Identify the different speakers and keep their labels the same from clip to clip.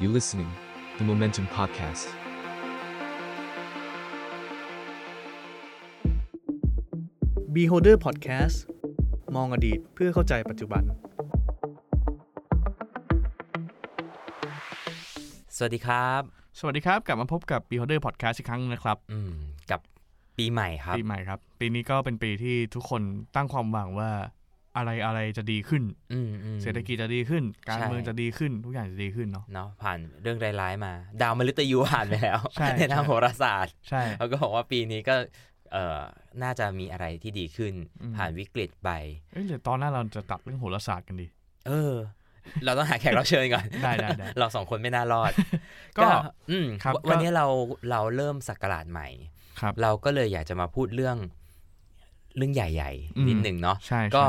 Speaker 1: You listening, the Momentum Podcast.
Speaker 2: บ Beholder Podcast มองอดีตเพื่อเข้าใจปัจจุบัน
Speaker 3: สวัสดีครับ
Speaker 4: สวัสดีครับ กลับมาพบกับ Beholder Podcast อีกครั้งนะครับ
Speaker 3: อืม กับปีใหม่ครับ
Speaker 4: ปีใหม่ครับ ปีนี้ก็เป็นปีที่ทุกคนตั้งความหวังว่าอะไรอะไรจะดีขึ้น
Speaker 3: อืมอืม
Speaker 4: เศรษฐกิจจะดีขึ้น การ
Speaker 3: ใช่
Speaker 4: เมืองจะดีขึ้น ทุกอย่างจะดีขึ้นเนาะ
Speaker 3: เนาะผ่านเรื่องร้ายๆมา ดาวมฤตยูผ่านไปแล้ว
Speaker 4: ใช่
Speaker 3: ในทาง
Speaker 4: ใช่
Speaker 3: โหราศาสตร์
Speaker 4: ใช่
Speaker 3: เขาก็บอกว่าปีนี้ก็เอ่อน่าจะมีอะไรที่ดีขึ้น
Speaker 4: อืม
Speaker 3: ผ่านวิกฤตไป
Speaker 4: เอ้ยเดี๋ยวตอนหน้าเราจะตัดเรื่องโหราศาสตร์กัน ดี
Speaker 3: เออ เราต้องหาแขกรับเชิญก่อน
Speaker 4: ได้ได้ได้
Speaker 3: เราสองคนไม่น่ารอด
Speaker 4: ก็
Speaker 3: อืม
Speaker 4: ครับ
Speaker 3: วัน
Speaker 4: ก็
Speaker 3: นี้เราเราเริ่มสักราชใหม่
Speaker 4: ครับ
Speaker 3: เราก็เลยอยากจะมาพูดเรื่องเรื่องใหญ่
Speaker 4: อืม
Speaker 3: ๆนิดหนึ่งเนาะ
Speaker 4: ใช่
Speaker 3: ก็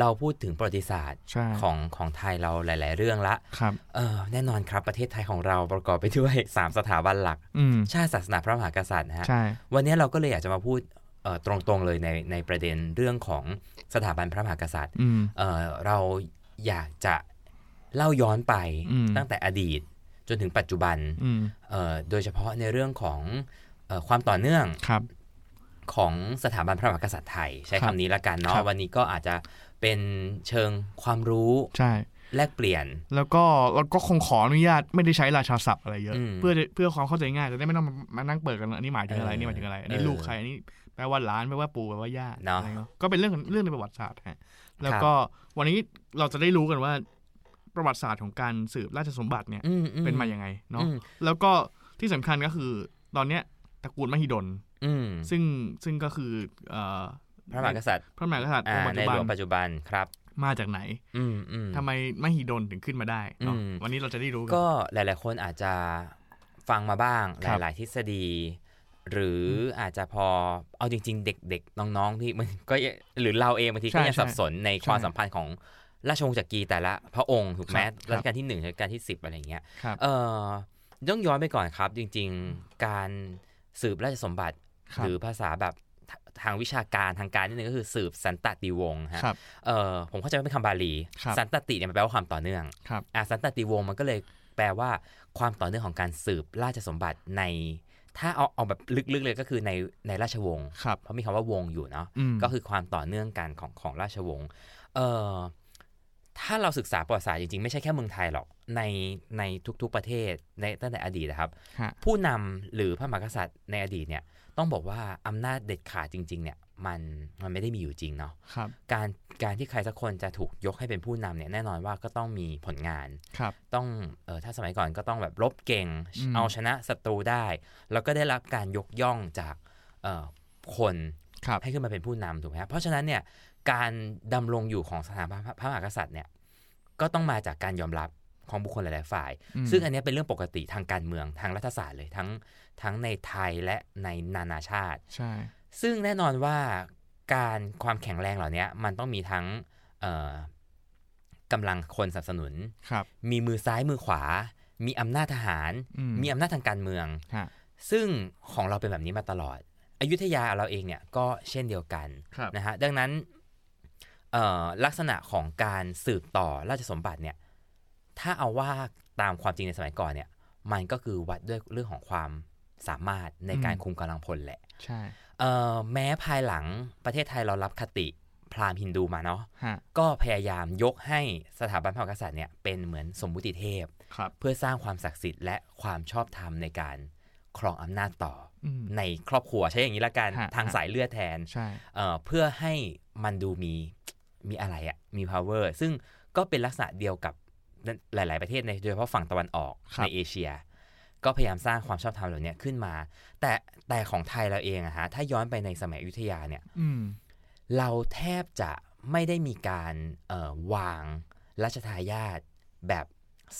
Speaker 3: เราพูดถึงประวัติศาสตร์
Speaker 4: ใช่
Speaker 3: ของของไทยเราหลาย ๆ เรื่องละ
Speaker 4: ครับ
Speaker 3: เออแน่นอนครับประเทศไทยของเราประกอบไปด้วย 3 สถาบันหลัก
Speaker 4: อืม
Speaker 3: ชาติศาสนาพระมหากษัตริย์นะฮะ
Speaker 4: ใช่
Speaker 3: วันนี้เราก็เลยอยากจะมาพูดเอ่อตรงๆเลยในในประเด็นเรื่องของสถาบันพระมหากษัตริย์
Speaker 4: อืม
Speaker 3: เอ่อเราอยากจะเล่าย้อนไป
Speaker 4: อืม
Speaker 3: ตั้งแต่อดีตจนถึงปัจจุบัน
Speaker 4: อืม
Speaker 3: เอ่อโดยเฉพาะในเรื่องของเอ่อความต่อเนื่อง
Speaker 4: ครับ
Speaker 3: ของสถาบันพระมหากษัตริย์ไทย ใช้
Speaker 4: ครับ
Speaker 3: คำนี้ละกัน
Speaker 4: ครั
Speaker 3: เนาะ
Speaker 4: บ
Speaker 3: วันนี้ก็อาจจะเป็นเชิงความรู้
Speaker 4: ใช่
Speaker 3: แลกเปลี่ยน
Speaker 4: แล้วก็เราก็คงขออนุญาตไม่ได้ใช้ราชาศัพท์อะไรเยอะ
Speaker 3: อืม
Speaker 4: เพื่อเพื่อความเข้าใจง่ายจะได้ไม่ต้องมามานั่งเปิดกันอันนี้หมายถึงอะไร
Speaker 3: เออ
Speaker 4: นี่หมายถึงอะไรอันนี้
Speaker 3: เออ
Speaker 4: ลูกใครอันนี้แปลว่าหล้านแปลว่าปู่แปลว่าย่า
Speaker 3: เนาะ
Speaker 4: อะไรเนาะก็เป็นเรื่องเรื่องในประวัติศาสตร์ฮะแล้วก็วันนี้เราจะได้รู้กันว่าประวัติศาสตร์ของการสืบราชสมบัติเนี่ย
Speaker 3: อือื
Speaker 4: เป็นมาอย่างไงเนาะ
Speaker 3: อืม
Speaker 4: แล้วก็ที่สำคัญก็คือตอนเนี้ยตระกูลมหิดล
Speaker 3: อืม
Speaker 4: ซึ่งซึ่งก็คือเอ่อ
Speaker 3: พระมหากษัตริย์
Speaker 4: พระมหากษัตริย์อง
Speaker 3: อ่า
Speaker 4: ค์ปัจ
Speaker 3: ใน
Speaker 4: จุ
Speaker 3: หล
Speaker 4: บัน
Speaker 3: วงปัจจุบันครับ
Speaker 4: มาจากไหน
Speaker 3: อืมอืม
Speaker 4: ทำไมมหิดลถึงขึ้นมาได้เนาะ
Speaker 3: อืม
Speaker 4: วันนี้เราจะได้รู้กัน
Speaker 3: ก็หลาย ๆ คนอาจจะฟังมาบ้าง
Speaker 4: ครับ
Speaker 3: หลาย ๆ ทฤษฎี หรืออาจจะพอเอาจริง ๆ เด็ก ๆ น้อง ๆ ที่มันก็ยังหรือเราเองบางที
Speaker 4: ใช่
Speaker 3: ก็ยังสับสนใน
Speaker 4: ใช่
Speaker 3: ความสัมพันธ์ของราชวงศ์จักรีแต่ละพระองค์ถูกไหม
Speaker 4: ครับครับ
Speaker 3: รัชกาลที่หนึ่งรัชกาลที่สิบอะไรอย่างเงี้ย
Speaker 4: ครับ
Speaker 3: เออต้องย้อนไปก่อนครับ จริง ๆ การสืบราชสมบัติ
Speaker 4: ครั
Speaker 3: ห
Speaker 4: บ
Speaker 3: รือภาษาแบบททางวิชาการทางการนิดนึงก็คือสืบสันตติวงศ์ฮะ
Speaker 4: ครับ
Speaker 3: เออผมเข้าใจว่าเป็นคำบาลี
Speaker 4: ครับ
Speaker 3: สันตติเนี่ยมันแปลว่าความต่อเนื่อง
Speaker 4: ครับ
Speaker 3: อ่ะสันตติวงศ์มันก็เลยแปลว่าความต่อเนื่องของการสืบราชสมบัติใน ถ้าเอาเอาแบบลึกๆเลยก็คือในในราชวงศ์
Speaker 4: ครับ
Speaker 3: เพราะมีคำว่าวงอยู่เนาะ
Speaker 4: อืม
Speaker 3: ก็คือความต่อเนื่องกันของของราชวงศ์เออถ้าเราศึกษาประวัติศาสตร์จริงๆ ไม่ใช่แค่เมืองไทยหรอกในในทุกๆประเทศในตั้งแต่อดีตนะครับ
Speaker 4: ฮะ
Speaker 3: ผู้นำหรือพระมหากษัตริย์ในอดีตเนี่ยต้องบอกว่าอำนาจเด็ดขาดจริง ๆ เนี่ยมันมันไม่ได้มีอยู่จริงเนาะ
Speaker 4: ครับ
Speaker 3: การการที่ใครสักคนจะถูกยกให้เป็นผู้นำเนี่ยแน่นอนว่าก็ต้องมีผลงาน
Speaker 4: ครับ
Speaker 3: ต้องเออถ้าสมัยก่อนก็ต้องแบบรบเก่ง
Speaker 4: อืม
Speaker 3: เอาชนะศัตรูได้ แล้วก็ได้รับการยกย่องจากเอ่อคน
Speaker 4: ครับ
Speaker 3: ให้ขึ้นมาเป็นผู้นำถูกไหมครับเพราะฉะนั้นเนี่ยการดำรงอยู่ของสถาบันพระพระมหากษัตริย์เนี่ยก็ต้องมาจากการยอมรับของบุคคลหลาย ๆ ฝ่าย
Speaker 4: อืม
Speaker 3: ซึ่งอันเนี้ยเป็นเรื่องปกติทางการเมืองทางรัฐศาสตร์เลยทั้งทั้งในไทยและในนานาชาติ
Speaker 4: ใช่
Speaker 3: ซึ่งแน่นอนว่าการความแข็งแรงเหล่านี้มันต้องมีทั้งเอ่อกำลังคนสนับสนุน
Speaker 4: ครับ
Speaker 3: มีมือซ้ายมือขวา มีอำนาจทหาร
Speaker 4: อืม
Speaker 3: มีอำนาจทางการเมือง
Speaker 4: ฮะ
Speaker 3: ซึ่งของเราเป็นแบบนี้มาตลอด อยุธยาเราเองเนี่ยก็เช่นเดียวกัน
Speaker 4: ครับ
Speaker 3: นะฮะดังนั้นเอ่อลักษณะของการสืบต่อราชสมบัติเนี่ยถ้าเอาว่าตามความจริงในสมัยก่อนเนี่ยมันก็คือวัดด้วยเรื่องของความสามารถในการคุมกำลังพลแหละ
Speaker 4: ใช่
Speaker 3: เอ่อแม้ภายหลังประเทศไทยเรารับคติพราหมณ์ฮินดูมาเนาะ
Speaker 4: ฮะ
Speaker 3: ก็พยายามยกให้สถาบันพระมหากษัตริย์เนี่ยเป็นเหมือนสมมุติเทพ
Speaker 4: ครับ
Speaker 3: เพื่อสร้างความศักดิ์สิทธิ์และความชอบธรรมในการครองอำนาจต่อ
Speaker 4: อืม
Speaker 3: ในครอบครัวใช้อย่างนี้ละกัน
Speaker 4: ฮะ
Speaker 3: ทาง
Speaker 4: ฮะ
Speaker 3: สายเลือดแทน
Speaker 4: ใช่
Speaker 3: เอ่อเพื่อให้มันดูมีมีอะไรอะมี power ซึ่งก็เป็นลักษณะเดียวกับหลาย ๆประเทศในโดยเฉพาะฝั่งตะวันออกในเอเชีย ก็พยายามสร้างความชอบธรรมเหล่าเนี้ยขึ้นมา แต่แต่ของไทยเราเองอะฮะถ้าย้อนไปในสมัยอยุธยาเนี่ย
Speaker 4: อืม
Speaker 3: เราแทบจะไม่ได้มีการเอ่อวางรัชทายาทแบบ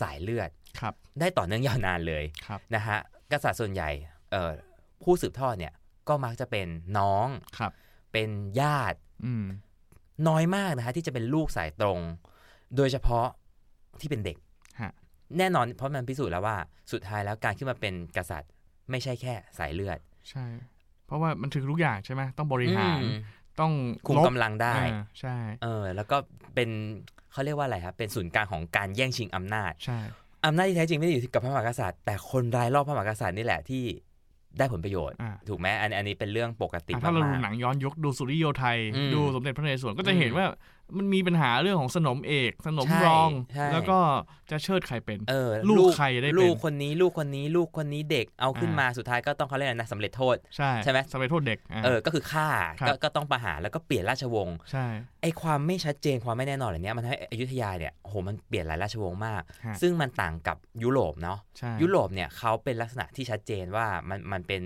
Speaker 3: สายเลือด
Speaker 4: ครับ
Speaker 3: ได้ต่อเนื่องยาวนานเลย
Speaker 4: ครับ
Speaker 3: นะฮะกษัตริย์ส่วนใหญ่เอ่อผู้สืบทอดเนี่ยก็มักจะเป็นน้อง
Speaker 4: ครับ
Speaker 3: เป็นญาติ
Speaker 4: อืม
Speaker 3: น้อยมากนะฮะที่จะเป็นลูกสายตรง โดยเฉพาะที่เป็นเด็ก
Speaker 4: ฮะ
Speaker 3: แน่นอนเพราะมันพิสูจน์แล้วว่าสุดท้ายแล้วการขึ้นมาเป็นกษัตริย์ไม่ใช่แค่สายเลือด
Speaker 4: ใช่ เพราะว่ามันถึงทุกอย่างใช่ไหมต้องบริหาร
Speaker 3: อืม
Speaker 4: ต้อง
Speaker 3: คุม
Speaker 4: รบ
Speaker 3: กำลังได้
Speaker 4: เออใช่
Speaker 3: เออแล้วก็เป็นเขาเรียกว่าอะไรครับเป็นศูนย์กลางของการแย่งชิงอำนาจ
Speaker 4: ใช่
Speaker 3: อำนาจที่แท้จริงไม่ได้อยู่ที่กับพระมหากษัตริย์ แต่คนรายรอบพระมหากษัตริย์นี่แหละที่ได้ผลประโยชน์
Speaker 4: อ่า
Speaker 3: ถูกไหมอันอันนี้เป็นเรื่องปกติ
Speaker 4: อ่ะ
Speaker 3: มา
Speaker 4: ถ้าเราดู
Speaker 3: ก
Speaker 4: หนังย้อนยุคดูสุริโยไทย
Speaker 3: อืม
Speaker 4: ดูสมเด็จพระนเรศวรก็จะ
Speaker 3: อืม
Speaker 4: เห็นว่ามันมีปัญหาเรื่องของสนมเอก สนม
Speaker 3: ใช่
Speaker 4: รอง
Speaker 3: ใช่
Speaker 4: แล้วก็จะเชิดใครเป็น
Speaker 3: ๆเออ
Speaker 4: ลูกใครได้เป็น
Speaker 3: ลูกคนนี้ลูกคนนี้ลูกคนนี้เด็กเอาขึ้น
Speaker 4: อ่าม
Speaker 3: มาสุดท้ายก็ต้องเขาเรียกอะไรนะสำเร็จโทษ
Speaker 4: ใช่
Speaker 3: ใช่ไหม
Speaker 4: สมัยโทษเด็กอ่ะ
Speaker 3: เออก็คือฆ่า
Speaker 4: ครับ
Speaker 3: ก็ก็ต้องประหารแล้วก็เปลี่ยนราชวงศ์
Speaker 4: ใช่
Speaker 3: ไอความไม่ชัดเจนความไม่แน่นอนเหล่านี้มันทำให้อยุธยาเนี่ยโอ้โหมันเปลี่ยนหลายราชวงศ์มาก
Speaker 4: ฮะ
Speaker 3: ซึ่งมันต่างกับยุโรปเนาะ
Speaker 4: ใช่
Speaker 3: ยุโรปเนี่ยเขาเป็นลักษณะที่ชัดเจนว่ามันมันเป็น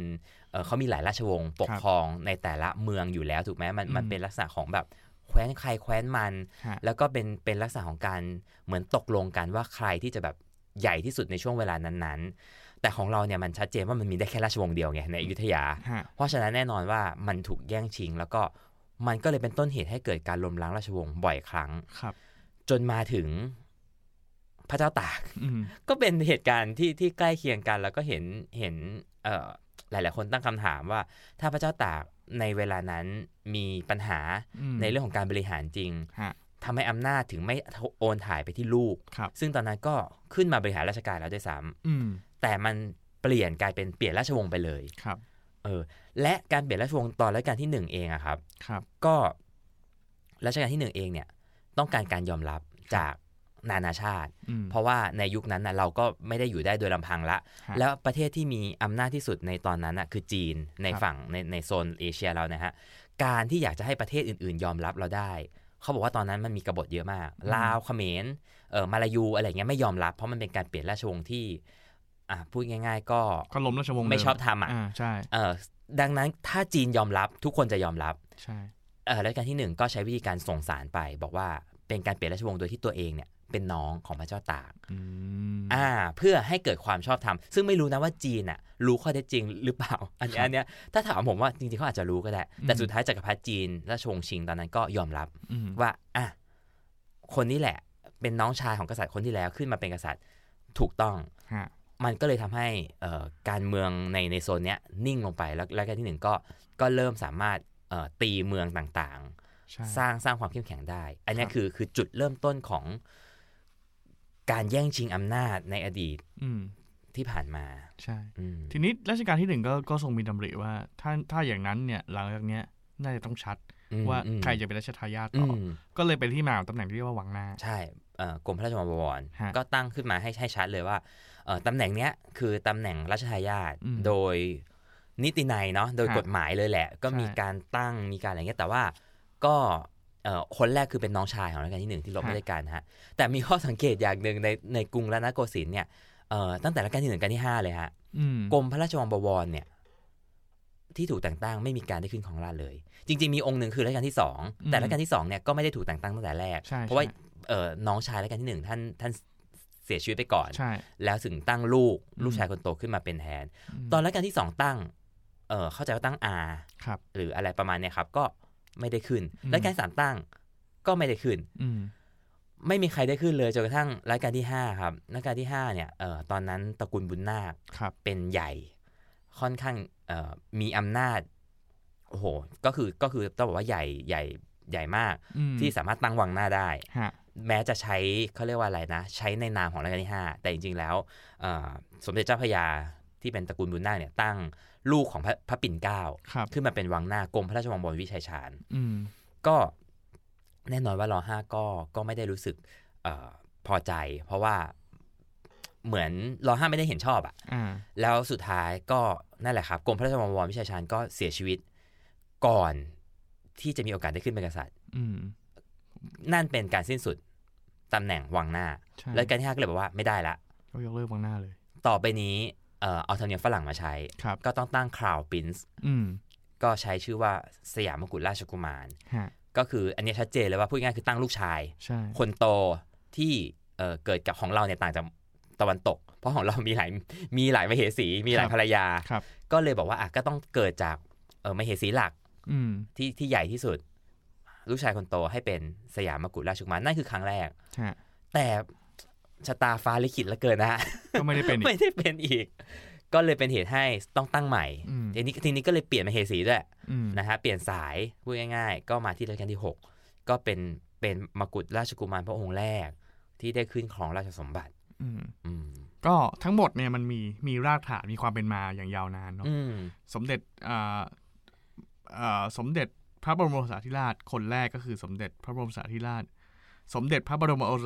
Speaker 3: เอ่อเขามีหลายราชวงศ์ปก
Speaker 4: ครับ
Speaker 3: ครองในแต่ละเมืองอยู่แล้วถูกไหมมัน
Speaker 4: อืม
Speaker 3: มันเป็นลักษณะของแบบแคว้นใครแคว้นมัน
Speaker 4: ฮะ
Speaker 3: แล้วก็เป็นเป็นลักษณะของการเหมือนตกลงกันว่าใครที่จะแบบใหญ่ที่สุดในช่วงเวลานั้นๆ แต่ของเราเนี่ยมันชัดเจนว่ามันมีได้แค่ราชวงศ์เดียวไงในอยุธยา
Speaker 4: ฮะ
Speaker 3: เพราะฉะนั้นแน่นอนว่ามันถูกแย่งชิง แล้วก็มันก็เลยเป็นต้นเหตุให้เกิดการล้มล้างราชวงศ์บ่อยครั้ง
Speaker 4: ครับ
Speaker 3: จนมาถึงพระเจ้าตาก
Speaker 4: อืม
Speaker 3: ก็เป็นเหตุการณ์ที่ที่ใกล้เคียงกันแล้วก็เห็นเห็นเอ่อหลาย ๆ คนตั้งคำถามว่า ถ้าพระเจ้าตากในเวลานั้นมีปัญหา
Speaker 4: อืม
Speaker 3: ในเรื่องของการบริหารจริง
Speaker 4: ฮะ
Speaker 3: ทำให้อำนาจถึงไม่โอนถ่ายไปที่ลูก
Speaker 4: ครับ
Speaker 3: ซึ่งตอนนั้นก็ขึ้นมาบริหารราชการแล้วด้วยซ้
Speaker 4: อืม
Speaker 3: ำแต่มันเปลี่ยนกลายเป็นเปลี่ยนราชวงศ์ไปเลย
Speaker 4: ครับ
Speaker 3: เออและการเปลี่ยนราชวงศ์ตอนรัชกาลที่หนึ่งเองอะครับ
Speaker 4: ครับ
Speaker 3: ก็รัชกาลที่หนึ่งเองเนี่ยต้องการการยอมรับจากนานาชาติ
Speaker 4: อืม
Speaker 3: เพราะว่าในยุคนั้นนะเราก็ไม่ได้อยู่ได้โดยลำพังละ
Speaker 4: ฮะ
Speaker 3: แล้วประเทศที่มีอำนาจที่สุดในตอนนั้นนะคือจีนใน
Speaker 4: ครับ
Speaker 3: ฝั่งในในโซนเอเชียเรานะฮะ การที่อยากจะให้ประเทศอื่นๆ ยอมรับเราได้ เขาบอกว่าตอนนั้นมันมีกบฏเยอะมาก ลาวเขมรเออมาลายูอะไรอย่างเงี้ยไม่ยอมรับ เพราะมันเป็นการเปลี่ยนราชวงศ์ที่อ่ะพูดง่าย ๆ ก็
Speaker 4: ก็ล้มราชวงศ์
Speaker 3: ไม่
Speaker 4: เดิ
Speaker 3: ชอบทำอ่ะ
Speaker 4: อ่าใช่
Speaker 3: เออดังนั้นถ้าจีนยอมรับทุกคนจะยอมรับ
Speaker 4: ใช่
Speaker 3: เออรัชกาลที่หนึ่งก็ใช้วิธีการส่งสารไป บอกว่าเป็นการเปลี่ยนราชวงศ์โดยที่ตัวเองเนี่ยเป็นน้องของพระเจ้าตาก
Speaker 4: อืม
Speaker 3: อ่าเพื่อให้เกิดความชอบธรรมซึ่งไม่รู้นะว่าจีนอ่ะรู้ข้อเท็จจริงหรือเปล่า อันเนี้ยอันเนี้ยถ้าถามผมว่าจริงๆเขาอาจจะรู้ก็ได้ แต่
Speaker 4: อืม
Speaker 3: สุดท้ายจักรพรรดิจีนราชวงศ์ชิงตอนนั้นก็ยอมรับ
Speaker 4: อืม
Speaker 3: ว่าอ่ะคนนี้แหละเป็นน้องชายของกษัตริย์คนที่แล้วขึ้นมาเป็นกษัตริย์ถูกต้อง
Speaker 4: ฮะ
Speaker 3: มันก็เลยทำให้เอ่อการเมืองในในโซนเนี้ยนิ่งลงไปแล้วแล้วการที่หนึ่งก็ก็เริ่มสามารถเอ่อตีเมืองต่างๆ
Speaker 4: ใช่
Speaker 3: สร้างสร้างความเข้มแข็งได้ อันเนี้ย
Speaker 4: ครับ
Speaker 3: คือคือจุดเริ่มต้นของการแย่งชิงอำนาจในอดีต
Speaker 4: อืม
Speaker 3: ที่ผ่านมา
Speaker 4: ใช่
Speaker 3: อืม
Speaker 4: ทีนี้รัชกาลที่หนึ่งก็ก็ทรงมีดำริว่า ถ้าถ้าอย่างนั้นเนี่ยหลังจากเนี้ยน่าจะต้องชัด
Speaker 3: อืม
Speaker 4: ว่า
Speaker 3: อืม
Speaker 4: ใครจะเป็นราชทายาท
Speaker 3: อื
Speaker 4: ต่ออ
Speaker 3: ม
Speaker 4: ก็เลยเป็นที่มาของตำแหน่งที่เรียกว่าวังหน้า
Speaker 3: ใช่เอ่อกรมพระราชวังบวร
Speaker 4: ฮะ
Speaker 3: ก็ตั้งขึ้นมาให้ให้ชัดเลยว่าเอ่อตำแหน่งเนี้ยคือตำแหน่งราชทายาท
Speaker 4: อืม
Speaker 3: โดยนิตินัยเนาะโดย
Speaker 4: ฮะ
Speaker 3: กฎหมายเลยแหละ ก็
Speaker 4: ใช่
Speaker 3: มีการตั้งมีการอะไรเงี้ยแต่ว่าก็เอ่อคนแรกคือเป็นน้องชายของรัชกาลที่หนึ่งที่ลบไม่ได้การฮะแต่มีข้อสังเกตอย่างหนึ่งในในกรุงรัตนโกสินทร์เนี่ยเอ่อตั้งแต่รัชกาลที่หนึ่งรัชกันที่ห้าเลยฮะ
Speaker 4: อืม
Speaker 3: กรมพระราชวังบวรเนี่ย ที่ถูกแต่งตั้งไม่มีการได้ขึ้นของราชย์เลย จริง ๆ มีองค์หนึ่งคือรัชกาลที่สองแต่รัชกาลที่สองเนี่ยก็ไม่ได้ถูกแต่งตั้งตั้งแต่แรก
Speaker 4: ใช่
Speaker 3: เพราะว่าเอ่อน้องชายรัชกาลที่หนึ่งท่านท่านเสียชีวิตไปก่อน
Speaker 4: ใช่
Speaker 3: แล้วถึงตั้งลูกลูกชายคนโตขึ้นมาเป็นแทน
Speaker 4: ม
Speaker 3: ตอนรัชกาลที่สองตั้งเอ่อเข้าใจว่าตั้งอา
Speaker 4: ครับ
Speaker 3: หรืออะไรประมาณเนี่ยครับ ก็ไม่ได้ขึ้น
Speaker 4: อืม
Speaker 3: รัชกาลที่สามตั้งก็ไม่ได้ขึ้น
Speaker 4: อืม
Speaker 3: ไม่มีใครได้ขึ้นเลยจนกระทั่งรัชกาลที่ห้าครับรัชกาลที่ห้าเนี่ยเอ่อตอนนั้นตระกูลบุญนาค
Speaker 4: ครับ
Speaker 3: เป็นใหญ่ค่อนข้างเอ่อมีอำนาจโอ้โหก็คือก็คือต้องบอกว่าใหญ่ใหญ่ใหญ่มาก
Speaker 4: อืม
Speaker 3: ที่สามารถตั้งวังหน้าได้
Speaker 4: ฮะ
Speaker 3: แม้จะใช้เขาเรียกว่าอะไรนะ ใช้ในนามของรัชกาลที่ 5 แต่จริงๆแล้วเอ่อสมเด็จเจ้าพระยาที่เป็นตระกูลบุญนาคเนี่ยตั้งลูกของพระพระปิ่นเกล้า
Speaker 4: ครับ
Speaker 3: ขึ้นมาเป็นวังหน้ากรมพระราชวังบวรวิชัยชาญ
Speaker 4: อืม
Speaker 3: ก็แน่นอนว่ารอห้าก็ก็ไม่ได้รู้สึกเออพอใจ เพราะว่าเหมือนรอห้าไม่ได้เห็นชอบอะ
Speaker 4: อ่า
Speaker 3: แล้วสุดท้ายก็นั่นแหละครับกรมพระราชวังวรวิชัยชาญก็เสียชีวิตก่อนที่จะมีโอกาสได้ขึ้นเป็นกษัตริย์
Speaker 4: อืม
Speaker 3: นั่นเป็นการสิ้นสุดตำแหน่งวังหน้า
Speaker 4: ใช่
Speaker 3: และการที่ห้าก็เลยบอกว่าไม่ได้ละ
Speaker 4: ก็ยกเลิกวังหน้าเลย
Speaker 3: ต่อไปนี้เอ่อเอาธรรมเนียมฝรั่งมาใช้
Speaker 4: ครับ
Speaker 3: ก็ต้องตั้งคราวปรินซ์
Speaker 4: อืม
Speaker 3: ก็ใช้ชื่อว่าสยามกุฎราชกุมาร
Speaker 4: ฮะ
Speaker 3: ก็คืออันเนี้ยชัดเจนเลยว่าพูดง่ายๆคือตั้งลูกชาย
Speaker 4: ใช่
Speaker 3: คนโตที่เอ่อเกิดกับของเราเนี่ยต่างจากตะวันตก เพราะของเรามีหลายมีหลายมเหสีมีหลายภรรยา
Speaker 4: ครับ
Speaker 3: ก็เลยบอกว่าอ่ะก็ต้องเกิดจากเออมเหสีหลัก
Speaker 4: อืม
Speaker 3: ที่ที่ใหญ่ที่สุด ลูกชายคนโตให้เป็นสยามกุฎราชกุมารนั่นคือครั้งแรก
Speaker 4: ฮะ
Speaker 3: แต่ชะตาฟ้าลิขิตเหลือเกิ นนะฮะ
Speaker 4: ก็ไม่ได้เป็นอีก
Speaker 3: ไม่ได้เป็นอีก ก็เลยเป็นเหตุให้ต้องตั้งใหม่
Speaker 4: อืม
Speaker 3: ทีนี้ทีนี้ก็เลยเปลี่ยนมเหสีด้วย
Speaker 4: อืม
Speaker 3: นะฮะเปลี่ยนสายพูดง่ายๆ ก็มาที่รัชกาลที่ 6 ก็เป็นเป็นมกุฎราชกุมารพระองค์แรก ที่ได้ขึ้นครองราชสมบัติ
Speaker 4: อืม
Speaker 3: อืม
Speaker 4: ก็ทั้งหมดเนี่ยมันมีมีรากฐานมีความเป็นมาอย่างยาวนานเนาะ
Speaker 3: อืม
Speaker 4: สมเด็จอ่าอ่าสมเด็จพระบรมโอรสาธิราช คนแรกก็คือสมเด็จพระบรมโอรสาธิราช สมเด็จพระบรมโอร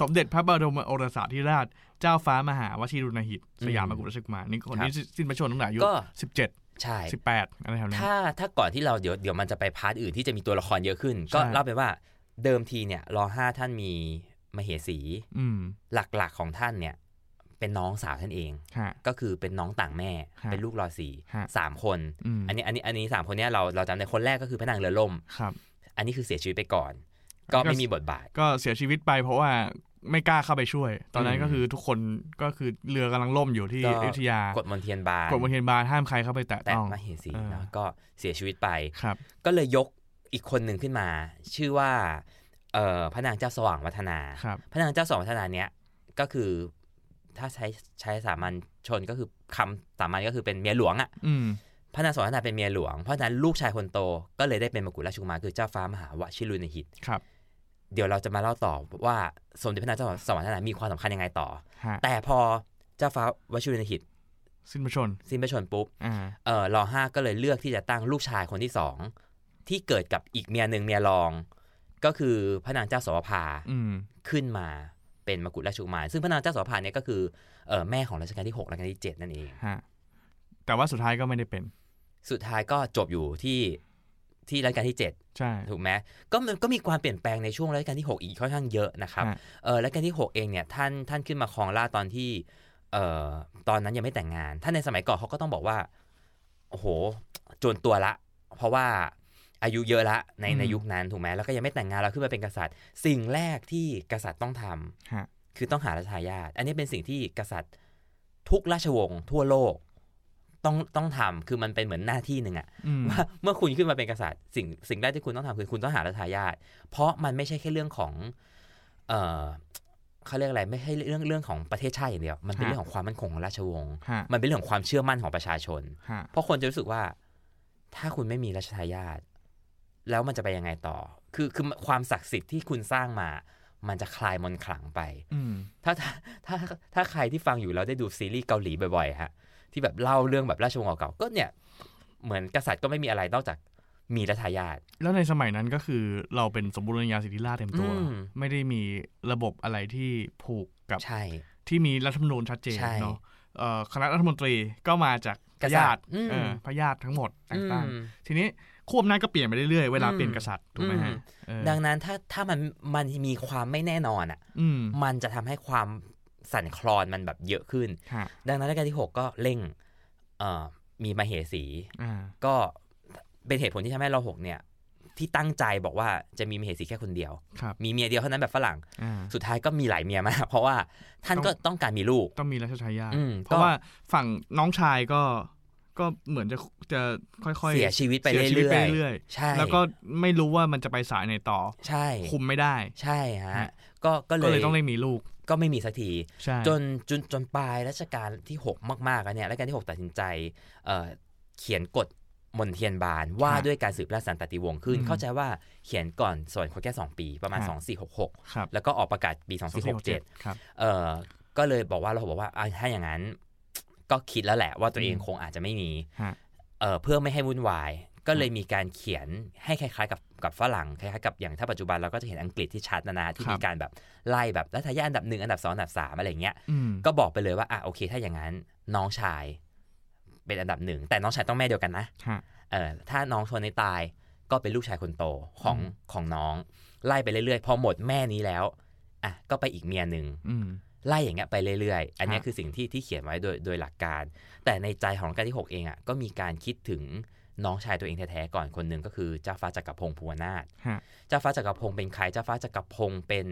Speaker 4: สมเด็จพระบรมโอรสาธิราช เจ้าฟ้ามหาวชิรุณาหิต สยาม
Speaker 3: อืม
Speaker 4: กุฎราชกุมารนี่คน
Speaker 3: ครับ
Speaker 4: ที่สิ้นพระชนม์ตั้งแต่อายุ
Speaker 3: ก็
Speaker 4: สิบเจ็ด
Speaker 3: ใช่
Speaker 4: สิบแปดอะไรแถวนั้น
Speaker 3: ถ้าถ้าก่อนที่เราเดี๋ยวเดี๋ยวมันจะไปพาร์ทอื่นที่จะมีตัวละครเยอะขึ้น ก็
Speaker 4: ใช่
Speaker 3: เล่าไปว่าเดิมทีเนี่ยรอห้าท่านมีมเหสี
Speaker 4: อืม
Speaker 3: หลักๆของท่านเนี่ยเป็นน้องสาวท่านเอง
Speaker 4: ฮะ
Speaker 3: ก็คือเป็นน้องต่างแม่
Speaker 4: ฮะ
Speaker 3: เป็นลูกรอสี่
Speaker 4: ฮะ
Speaker 3: สามคน
Speaker 4: อืม
Speaker 3: อันนี้อันนี้อันนี้สามคนเนี้ยเราเราจำในคนแรกก็คือพระนางเรือล่ม
Speaker 4: ครับ
Speaker 3: อันนี้คือเสียชีวิตไปก่อน ก็ไม่มีบทบาท
Speaker 4: ก็เสียชีวิตไปเพราะว่าไม่กล้าเข้าไปช่วย ตอนนั้
Speaker 3: อื
Speaker 4: น
Speaker 3: ม
Speaker 4: ก็คือทุกคนก็คือเรือกำลังล่มอยู่ที่
Speaker 3: ก็
Speaker 4: อยุธยาก
Speaker 3: ดมนเทียนบาน
Speaker 4: กฎมนเทียนบานห้ามใครเข้าไปแตะ
Speaker 3: แต่
Speaker 4: ต้อง
Speaker 3: มาเหสี
Speaker 4: เออ
Speaker 3: เนอะก็เสียชีวิตไป
Speaker 4: ครับ
Speaker 3: ก็เลยยกอีกคนหนึ่งขึ้นมา ชื่อว่าเอ่อพระนางเจ้าสว่างวัฒนา
Speaker 4: ครับ
Speaker 3: พระนางเจ้าสองพัฒนาเนี้ยก็คือถ้าใช้ใช้สามัญชนก็คือคำสามัญก็คือเป็นเมียหลวงอะ่ะ
Speaker 4: อืม
Speaker 3: พระนางสองพัฒนาเป็นเมียหลวงเพราะฉะนั้นลูกชายคนโตก็เลยได้เป็นมกุฎราชกุมารคือเจ้าฟ้ามหาวชิรุณหิต
Speaker 4: ครับ
Speaker 3: เดี๋ยวเราจะมาเล่าต่อว่าสมเด็จพระนางเจ้าสองพัฒนามีความสำคัญยังไงต่อ
Speaker 4: ฮะ
Speaker 3: แต่พอเจ้าฟ้าวชิรุณหิต
Speaker 4: สิ้นพระชนม์
Speaker 3: สิ้นพระชนม์ปุ๊บ
Speaker 4: อ่า
Speaker 3: เออรอห้าก็เลยเลือกที่จะตั้งลูกชายคนที่สองที่เกิดกับอีกเมียหนึ่งเมียรอง ก็คือพระนางเจ้าโสวภา
Speaker 4: อืม
Speaker 3: ขึ้นมาเป็นมกุฎราชกุมารซึ่งพระนางเจ้าโสภาเนี่ยก็คือเออแม่ของรัชกาลที่ 6 รัชกาลที่ 7 นั่นเอง
Speaker 4: ฮะ แต่ว่าสุดท้ายก็ไม่ได้เป็น
Speaker 3: สุดท้ายก็จบอยู่ที่ที่รัชกาลที่
Speaker 4: ใช่
Speaker 3: 7 ถูกไหมก็มันก็มีความเปลี่ยนแปลงในช่วงรัชกาลที่ 6 อีกค่อนข้างเยอะนะครับ
Speaker 4: ฮะ
Speaker 3: เออรัชกาลที่ 6 เองเนี่ยท่านท่านขึ้นมาครองราชย์ตอนที่เออตอนนั้นยังไม่แต่งงาน ท่านในสมัยก่อนเขาก็ต้องบอกว่าโอ้โหจวนตัวละ เพราะว่าอายุเยอะละในในยุคนั้นถูกไหมแล้วก็ยังไม่แต่งงานแล้วขึ้นมาเป็นกษัตริย์ สิ่งแรกที่กษัตริย์ต้องทำ
Speaker 4: ฮะ
Speaker 3: คือต้องหารัชทายาทอันนี้เป็นสิ่งที่กษัตริย์ทุกราชวงศ์ทั่วโลก ต้องต้องทำคือมันเป็นเหมือนหน้าที่หนึ่งอะ
Speaker 4: อืม
Speaker 3: ว่าเมื่อคุณขึ้นมาเป็นกษัตริย์ สิ่งสิ่งแรกที่คุณต้องทำคือคุณต้องหารัชทายาทเพราะมันไม่ใช่แค่เรื่องของ เออเขาเรียกอะไรไม่ใช่เรื่องเรื่องของประเทศชาติอย่างเดียว มันเป็น
Speaker 4: ฮะ
Speaker 3: เรื่องของความมั่นคงของราชวงศ์
Speaker 4: ฮะ
Speaker 3: มันเป็นเรื่องของความเชื่อมั่นของประชาชน
Speaker 4: ฮะ
Speaker 3: เพราะคนจะรู้สึกว่า ถ้าคุณไม่มีรัชทายาทแล้วมันจะไปยังไงต่อ คือคือความศักดิ์สิทธิ์ที่คุณสร้างมา มันจะคลายมนต์ขลังไป
Speaker 4: อืม
Speaker 3: ถ้าถ้า ถ้าถ้าใครที่ฟังอยู่แล้วได้ดูซีรีส์เกาหลีบ่อยๆฮะที่แบบเล่าเรื่องแบบราชวงศ์เก่าๆก็เนี่ย เหมือนกษัตริย์ก็ไม่มีอะไรนอกจากมีรัชทายาท
Speaker 4: แล้วในสมัยนั้นก็คือเราเป็นสมบูรณาญาสิทธิราชย์เต็มตัว
Speaker 3: อืม
Speaker 4: ไม่ได้มีระบบอะไรที่ผูกกับ
Speaker 3: ใช่
Speaker 4: ที่มีรัฐธรรมนูญชัดเจน
Speaker 3: ใช่
Speaker 4: เนาะเอ่อคณะรัฐมนตรีก็มาจากพ
Speaker 3: ก
Speaker 4: ระ
Speaker 3: ษั
Speaker 4: ญา
Speaker 3: ตริ
Speaker 4: ติ
Speaker 3: ย์อืม
Speaker 4: เออพระญาติทั้งหมดแต่ง
Speaker 3: อื
Speaker 4: ตั้ง
Speaker 3: ม
Speaker 4: ทีนี้ควบอำนั้นก็เปลี่ยนไปเรื่อยๆ เวลาเปลี่ยนกษัตริย์ถูกไหมฮะ
Speaker 3: อืม
Speaker 4: เออ
Speaker 3: ดังนั้นถ้าถ้ามันมันมีความไม่แน่นอนอ่ะ
Speaker 4: อืม
Speaker 3: มันจะทำให้ความสั่นคลอนมันแบบเยอะขึ้น
Speaker 4: ฮะ
Speaker 3: ดังนั้นรัชกาลที่ 6 ก็เร่งเอ่อมีมาเหสี
Speaker 4: อ่า
Speaker 3: ก็เป็นเหตุผลที่ทำให้เราหกเนี่ย ที่ตั้งใจบอกว่าจะมีมเหสีแค่คนเดียว
Speaker 4: ครับ
Speaker 3: มีเมียเดียวเท่านั้นแบบฝรั่ง
Speaker 4: อ่า
Speaker 3: สุดท้ายก็มีหลายเมียมาก เพราะว่าท่านก็ต้องการมีลูก
Speaker 4: ต้องมีรัชทายาท
Speaker 3: อืม
Speaker 4: เพราะ
Speaker 3: ก็
Speaker 4: ว่าฝั่งน้องชายก็ ก็เหมือนจะจะค่อยๆ
Speaker 3: เสียชีวิตไป
Speaker 4: เสียชีวิตไปเรื่
Speaker 3: เรื่อ
Speaker 4: อย ย
Speaker 3: ๆ ใช่
Speaker 4: แล้วก็ไม่รู้ว่ามันจะไปสายไหนต่อ
Speaker 3: ใช่
Speaker 4: คุมไม่ได้
Speaker 3: ใช่ฮะ
Speaker 4: ฮะ
Speaker 3: ก็ก็เล
Speaker 4: ก็เลย ยต้องได้มีลูก
Speaker 3: ก็ไม่มีสักที
Speaker 4: ใช่
Speaker 3: จนจนจนปลายรัชกาลที่ 6 มากๆแล้วเนี่ยรัชกาลที่ 6 ตัดสินใจเอ่อเขียนกฎมนเทียนบาลว่าด้วยการสืบราชสันตติวงศ์ขึ้น เข้าใจว่าเขียนก่อนสวรรคตแค่2ปีประมาณ 2466
Speaker 4: ครับ
Speaker 3: แล้วก็ออกประกาศปี 2467
Speaker 4: 2467ครับ
Speaker 3: เออก็เลยบอกว่าเราบอกว่าอ่ะถ้าอย่างนั้น ก็คิดแล้วแหละว่าตัวเอง
Speaker 4: อืม
Speaker 3: คงอาจจะไม่มี
Speaker 4: ฮะ
Speaker 3: เออเพื่อไม่ให้วุ่นวาย ก็เลยมีการเขียนให้คล้ายๆกับกับฝรั่งคล้ายๆกับอย่างถ้าปัจจุบันเราก็จะเห็นอังกฤษที่ชัดนะนะที่มีการแบบไล่แบบรัฐทายาทอันดับหนึ่งอันดับสองอันดับสามอะไรอย่างเงี้ย
Speaker 4: อืม
Speaker 3: ก็บอกไปเลยว่าอ่ะโอเค ถ้าอย่างนั้นน้องชายเป็นอันดับหนึ่งแต่น้องชายต้องแม่เดียวกันนะ
Speaker 4: ฮะ
Speaker 3: เออถ้าน้องชนในตายก็เป็นลูกชายคนโตของ
Speaker 4: อืม
Speaker 3: ของน้อง ไล่ไปเรื่อยๆ พอหมดแม่นี้แล้วอ่ะก็ไปอีกเมียหนึ่ง
Speaker 4: อืม
Speaker 3: ไล่อย่างเงี้ยไปเรื่อยๆ อันเนี้ย
Speaker 4: ฮะ
Speaker 3: คือสิ่งที่ที่เขียนไว้โดยโดยหลักการ แต่ในใจของรัชกาลที่ 6 เองอ่ะก็มีการคิดถึงน้องชายตัวเองแท้ๆก่อนคนหนึ่งก็คือเจ้าฟ้าจักรพงศ์ภูวนาถ
Speaker 4: ฮะ
Speaker 3: เจ้าฟ้าจักรพงศ์เป็นใคร เจ้าฟ้าจักรพงศ์เป็น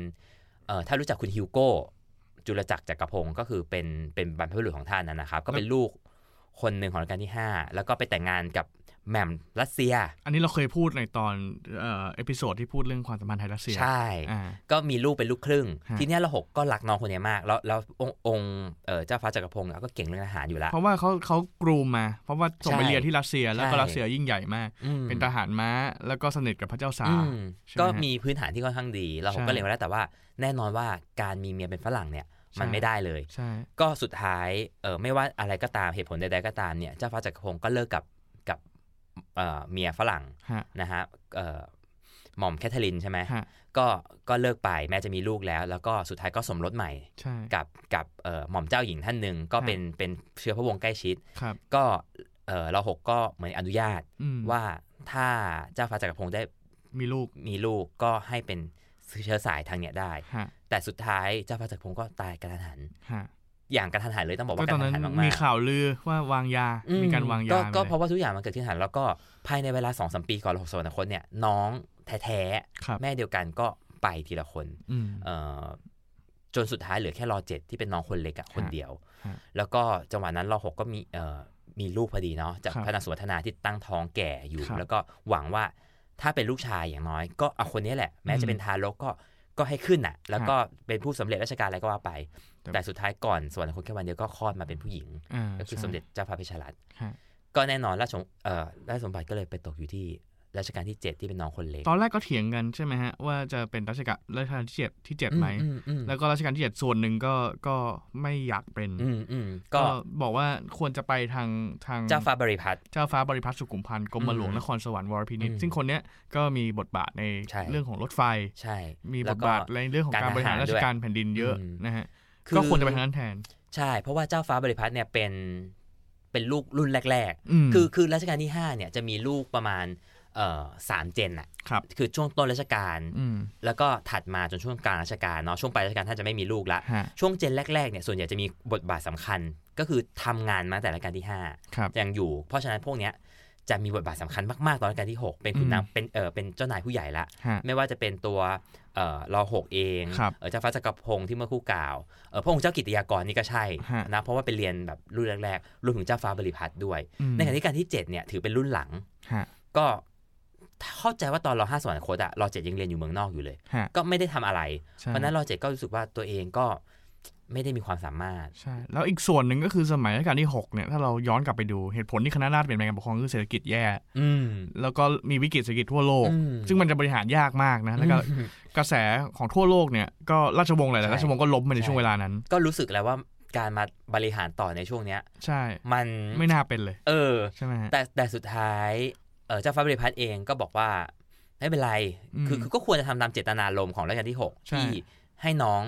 Speaker 3: เอ่อถ้ารู้จักคุณฮิวโก้ จุลจักรจักรพงศ์ก็คือเป็นเป็นบรรพบุรุษของท่านนะนะครับ ก็เป็นลูกคนหนึ่งของรัชกาลที่ 5 แล้วก็ไปแต่งงานกับแหม่มรัสเซีย
Speaker 4: อันนี้เราเคยพูดในตอนเอ่อเอพิโซดที่พูดเรื่องความสัมพันธ์ไทยรัสเซีย
Speaker 3: ใช่
Speaker 4: อ่า
Speaker 3: ก็มีลูกเป็นลูกครึ่ง
Speaker 4: ฮะ
Speaker 3: ทีเนี้ยละหกก็รักน้องคนเนี้ยมาก แล้วแล้วองค์องค์เอ่อเจ้าฟ้าจักรพงศ์เนี่ยก็เก่งเรื่องอาหารอยู่ละ
Speaker 4: เพราะว่าเขาเขากรูมมา เพราะว่าส่งไป
Speaker 3: ใช่
Speaker 4: เรียนที่รัสเซียแล้วก็
Speaker 3: ใช่
Speaker 4: รัสเซียยิ่งใหญ่มาก
Speaker 3: อืม
Speaker 4: เป็นทหารม้าแล้วก็สนิทกับพระเจ้าซา
Speaker 3: อื
Speaker 4: ร์
Speaker 3: ม
Speaker 4: ใช่ไหม
Speaker 3: ก็
Speaker 4: ฮะ
Speaker 3: มีพื้นฐานที่ค่อนข้างดี เรา
Speaker 4: ใช่
Speaker 3: ผมก็เรียนมาแล้วแต่ว่าแน่นอนว่าการมีเมียเป็นฝรั่งเนี่ย มัน
Speaker 4: ใช่
Speaker 3: ไม่ได้เลย
Speaker 4: ใช่
Speaker 3: ก็สุดท้ายเออไม่ว่าอะไรก็ตามเหตุผลใดๆก็ตามเนี่ยเจ้าฟ้าจักรพงศ์ก็เลิกกับกับเอ่อเมียฝรั่ง
Speaker 4: ฮะ
Speaker 3: นะฮะเอ่อหม่อมแคทเธอรีนใช่ไหม
Speaker 4: ฮะ
Speaker 3: ก็ก็เลิกไปแม้จะมีลูกแล้ว แล้วก็สุดท้ายก็สมรสใหม่
Speaker 4: ใช่
Speaker 3: กับกับเอ่อหม่อมเจ้าหญิงท่านหนึ่งก็เป็นเป็นเชื้อพระวงศ์ใกล้ชิด
Speaker 4: ครับ
Speaker 3: ก็เออเราหกก็เหมือนอนุญาต
Speaker 4: อืม
Speaker 3: ว่าถ้าเจ้าฟ้าจักรพงศ์ได้
Speaker 4: มีลูก
Speaker 3: มีลูกก็ให้เป็นเชื้อสายทางเนี้ยได้
Speaker 4: ฮะ
Speaker 3: แต่สุดท้ายเจ้าฟ้าจักรพงศ์ก็ตายกระทันหัน
Speaker 4: ฮะ
Speaker 3: อย่างกระทันหันเลยต้องบอก
Speaker 4: ก็
Speaker 3: ว่าก
Speaker 4: ตอ
Speaker 3: ระ
Speaker 4: น
Speaker 3: ทั
Speaker 4: นั้น น
Speaker 3: หันมาก
Speaker 4: มี
Speaker 3: ๆ
Speaker 4: ข่าวลือว่าวางยา
Speaker 3: อื
Speaker 4: มีการวางยา
Speaker 3: ก็
Speaker 4: ไป
Speaker 3: ก็
Speaker 4: ลย
Speaker 3: เพราะว่าทุกอย่างมันเกิดขึ้นหันแล้วก็ภายในเวลาสองสมปีก่อนหกสวรรคตเนี่ยน้องแท้
Speaker 4: ครับ
Speaker 3: ๆแม่เดียวกันก็ไปทีละคน
Speaker 4: อืม
Speaker 3: เอ่อจนสุดท้ายเหลือแค่รอเจ็ดที่เป็นน้องคนเล็กอะคนเดียว
Speaker 4: ฮะ
Speaker 3: แล้วก็จังหวะนั้นรอหกก็มีเอ่อมีลูกพอดีเนาะจาก
Speaker 4: ครับ
Speaker 3: พระนางสุวัฒนาที่ตั้งท้องแก่อยู่
Speaker 4: ครับ
Speaker 3: แล้วก็หวังว่าถ้าเป็นลูกชายอย่างน้อย ก็เอาคนนี้แหละ แม้
Speaker 4: อืม
Speaker 3: จะเป็นทารกก็ก็ให้ขึ้นน่ะ แล้วก็เป็นผู้สำเร็จราชการอะไรก็ว่าไป
Speaker 4: ครับ
Speaker 3: แต่สุดท้ายก่อนสวรรคตแค่วันเดียวก็คลอดมาเป็นผู้หญิง
Speaker 4: อ่า
Speaker 3: ก็คือ
Speaker 4: ใช่
Speaker 3: สมเด็จเจ้าฟ้าเพชรรัตน์
Speaker 4: ฮะ
Speaker 3: ก็แน่นอนราชวงศ์เอ่อราชสมบัติก็เลยไปตกอยู่ที่รัชกาลที่เจ็ดที่เป็นน้องคนเล็ก
Speaker 4: ตอนแรกก็เถียงกันใช่ไหมฮะ ว่าจะเป็นรัชกาลรัชกาลที่เจ็ดที่เจ็ดไหม
Speaker 3: อืมอืม
Speaker 4: แล้วก็รัชกาลที่เจ็ดส่วนหนึ่งก็ก็ไม่อยากเป็น
Speaker 3: อืมอืมก็
Speaker 4: ก็บอกว่าควรจะไปทางทาง
Speaker 3: เจ้าฟ้าบริพัตร
Speaker 4: เจ้าฟ้าบริพัตรสุขุมพันธ์กรมหลวง
Speaker 3: อืม
Speaker 4: นครสวรรค์วรพินิจ
Speaker 3: อืม
Speaker 4: ซึ่งคนเนี้ยก็มีบทบาทใน
Speaker 3: ใช่
Speaker 4: เรื่องของรถไฟ
Speaker 3: ใช่
Speaker 4: มีบ
Speaker 3: แล้ว
Speaker 4: ท
Speaker 3: ก็
Speaker 4: บาทในเรื่องของการบริหารราชการแผ่นดินเยอะ
Speaker 3: อืม
Speaker 4: นะฮะ
Speaker 3: คือ
Speaker 4: ก็ควรจะไปทางนั้นแทน
Speaker 3: ใช่ เพราะว่าเจ้าฟ้าบริพัตรเนี่ยเป็นเป็นลูกรุ่นแรก
Speaker 4: อืม
Speaker 3: ๆ คือคือรัชกาลที่ห้าเนี่ยจะมีลูกประมาณเอ่อสามเจนอะ
Speaker 4: ครับ
Speaker 3: คือช่วงต้นรัชกาล
Speaker 4: อืม
Speaker 3: แล้วก็ถัดมาจนช่วงกลางรัชกาลเนาะช่วงปลายรัชกาลท่านจะไม่มีลูกละ
Speaker 4: ฮะ
Speaker 3: ช่วงเจนแรกๆเนี่ยส่วนใหญ่จะมีบทบาทสำคัญก็คือทำงานมาตั้งแต่รัชกาลที่ห้า
Speaker 4: ครับ
Speaker 3: ยังอยู่ เพราะฉะนั้นพวกเนี้ยจะมีบทบาทสำคัญมากๆตอนรัชกาลที่หกเป็นขุนนางเป็นเออเป็นเจ้านายผู้ใหญ่ละ
Speaker 4: ฮะ
Speaker 3: ไม่ว่าจะเป็นตัวเอ่อรอหกเอง
Speaker 4: ครับ
Speaker 3: เอ่อเจ้าฟ้าจักรพงศ์ที่เมื่อครู่กล่าวเอ่อพระองค์เจ้ากิติยากรนี่ก็ใช่
Speaker 4: ฮะ
Speaker 3: นะเพราะว่าเป็นเรียนแบบรุ่นแรกๆรวมถึงเจ้าฟ้าบริพัตรด้วย
Speaker 4: อืม
Speaker 3: ในขณะที่การที่เจ็ดเนี่ยถือเป็นรุ่นหลัง
Speaker 4: ฮะ
Speaker 3: ก็เข้าใจว่าตอนรอห้าสวรรคตอะรอเจ็ดยังเรียนอยู่เมืองนอกอยู่เลย
Speaker 4: ฮะ
Speaker 3: ก็ไม่ได้ทำอะไร
Speaker 4: ใช่
Speaker 3: เพราะฉะนั้นรอเจ็ดก็รู้สึกว่าตัวเองก็ไม่ได้มีความสามารถ
Speaker 4: ใช่แล้วอีกส่วนหนึ่งก็คือสมัยรัชกาลที่ 6 เนี่ย ถ้าเราย้อนกลับไปดูเหตุผลที่คณะราษฎรเปลี่ยนแปลงการปกครองคือเศรษฐกิจแย่
Speaker 3: อืม
Speaker 4: แล้วก็มีวิกฤตเศรษฐกิจทั่วโลก
Speaker 3: อืม
Speaker 4: ซึ่งมันจะบริหารยากมากนะแล้วก็กระแสของทั่วโลกเนี่ยก็ราชวงศ์หลายๆราชวงศ์ก็ล้มไปในช่วงเวลานั้น
Speaker 3: ก็รู้สึกแล้วว่าการมาบริหารต่อในช่วงเนี้ย
Speaker 4: ใช่
Speaker 3: มัน
Speaker 4: ไม่น่าเป็นเลย
Speaker 3: เออ
Speaker 4: ใช่ไหมฮะ
Speaker 3: แต่แต่สุดท้ายเอ่อเจ้าฟ้าบริพัตรเองก็บอกว่าไม่เป็นไร
Speaker 4: อืม
Speaker 3: คือคือก็ควรจะทำตามเจตนารมณ์ของรัชกาลที่ 6
Speaker 4: ใช่
Speaker 3: ที่ให้น้อง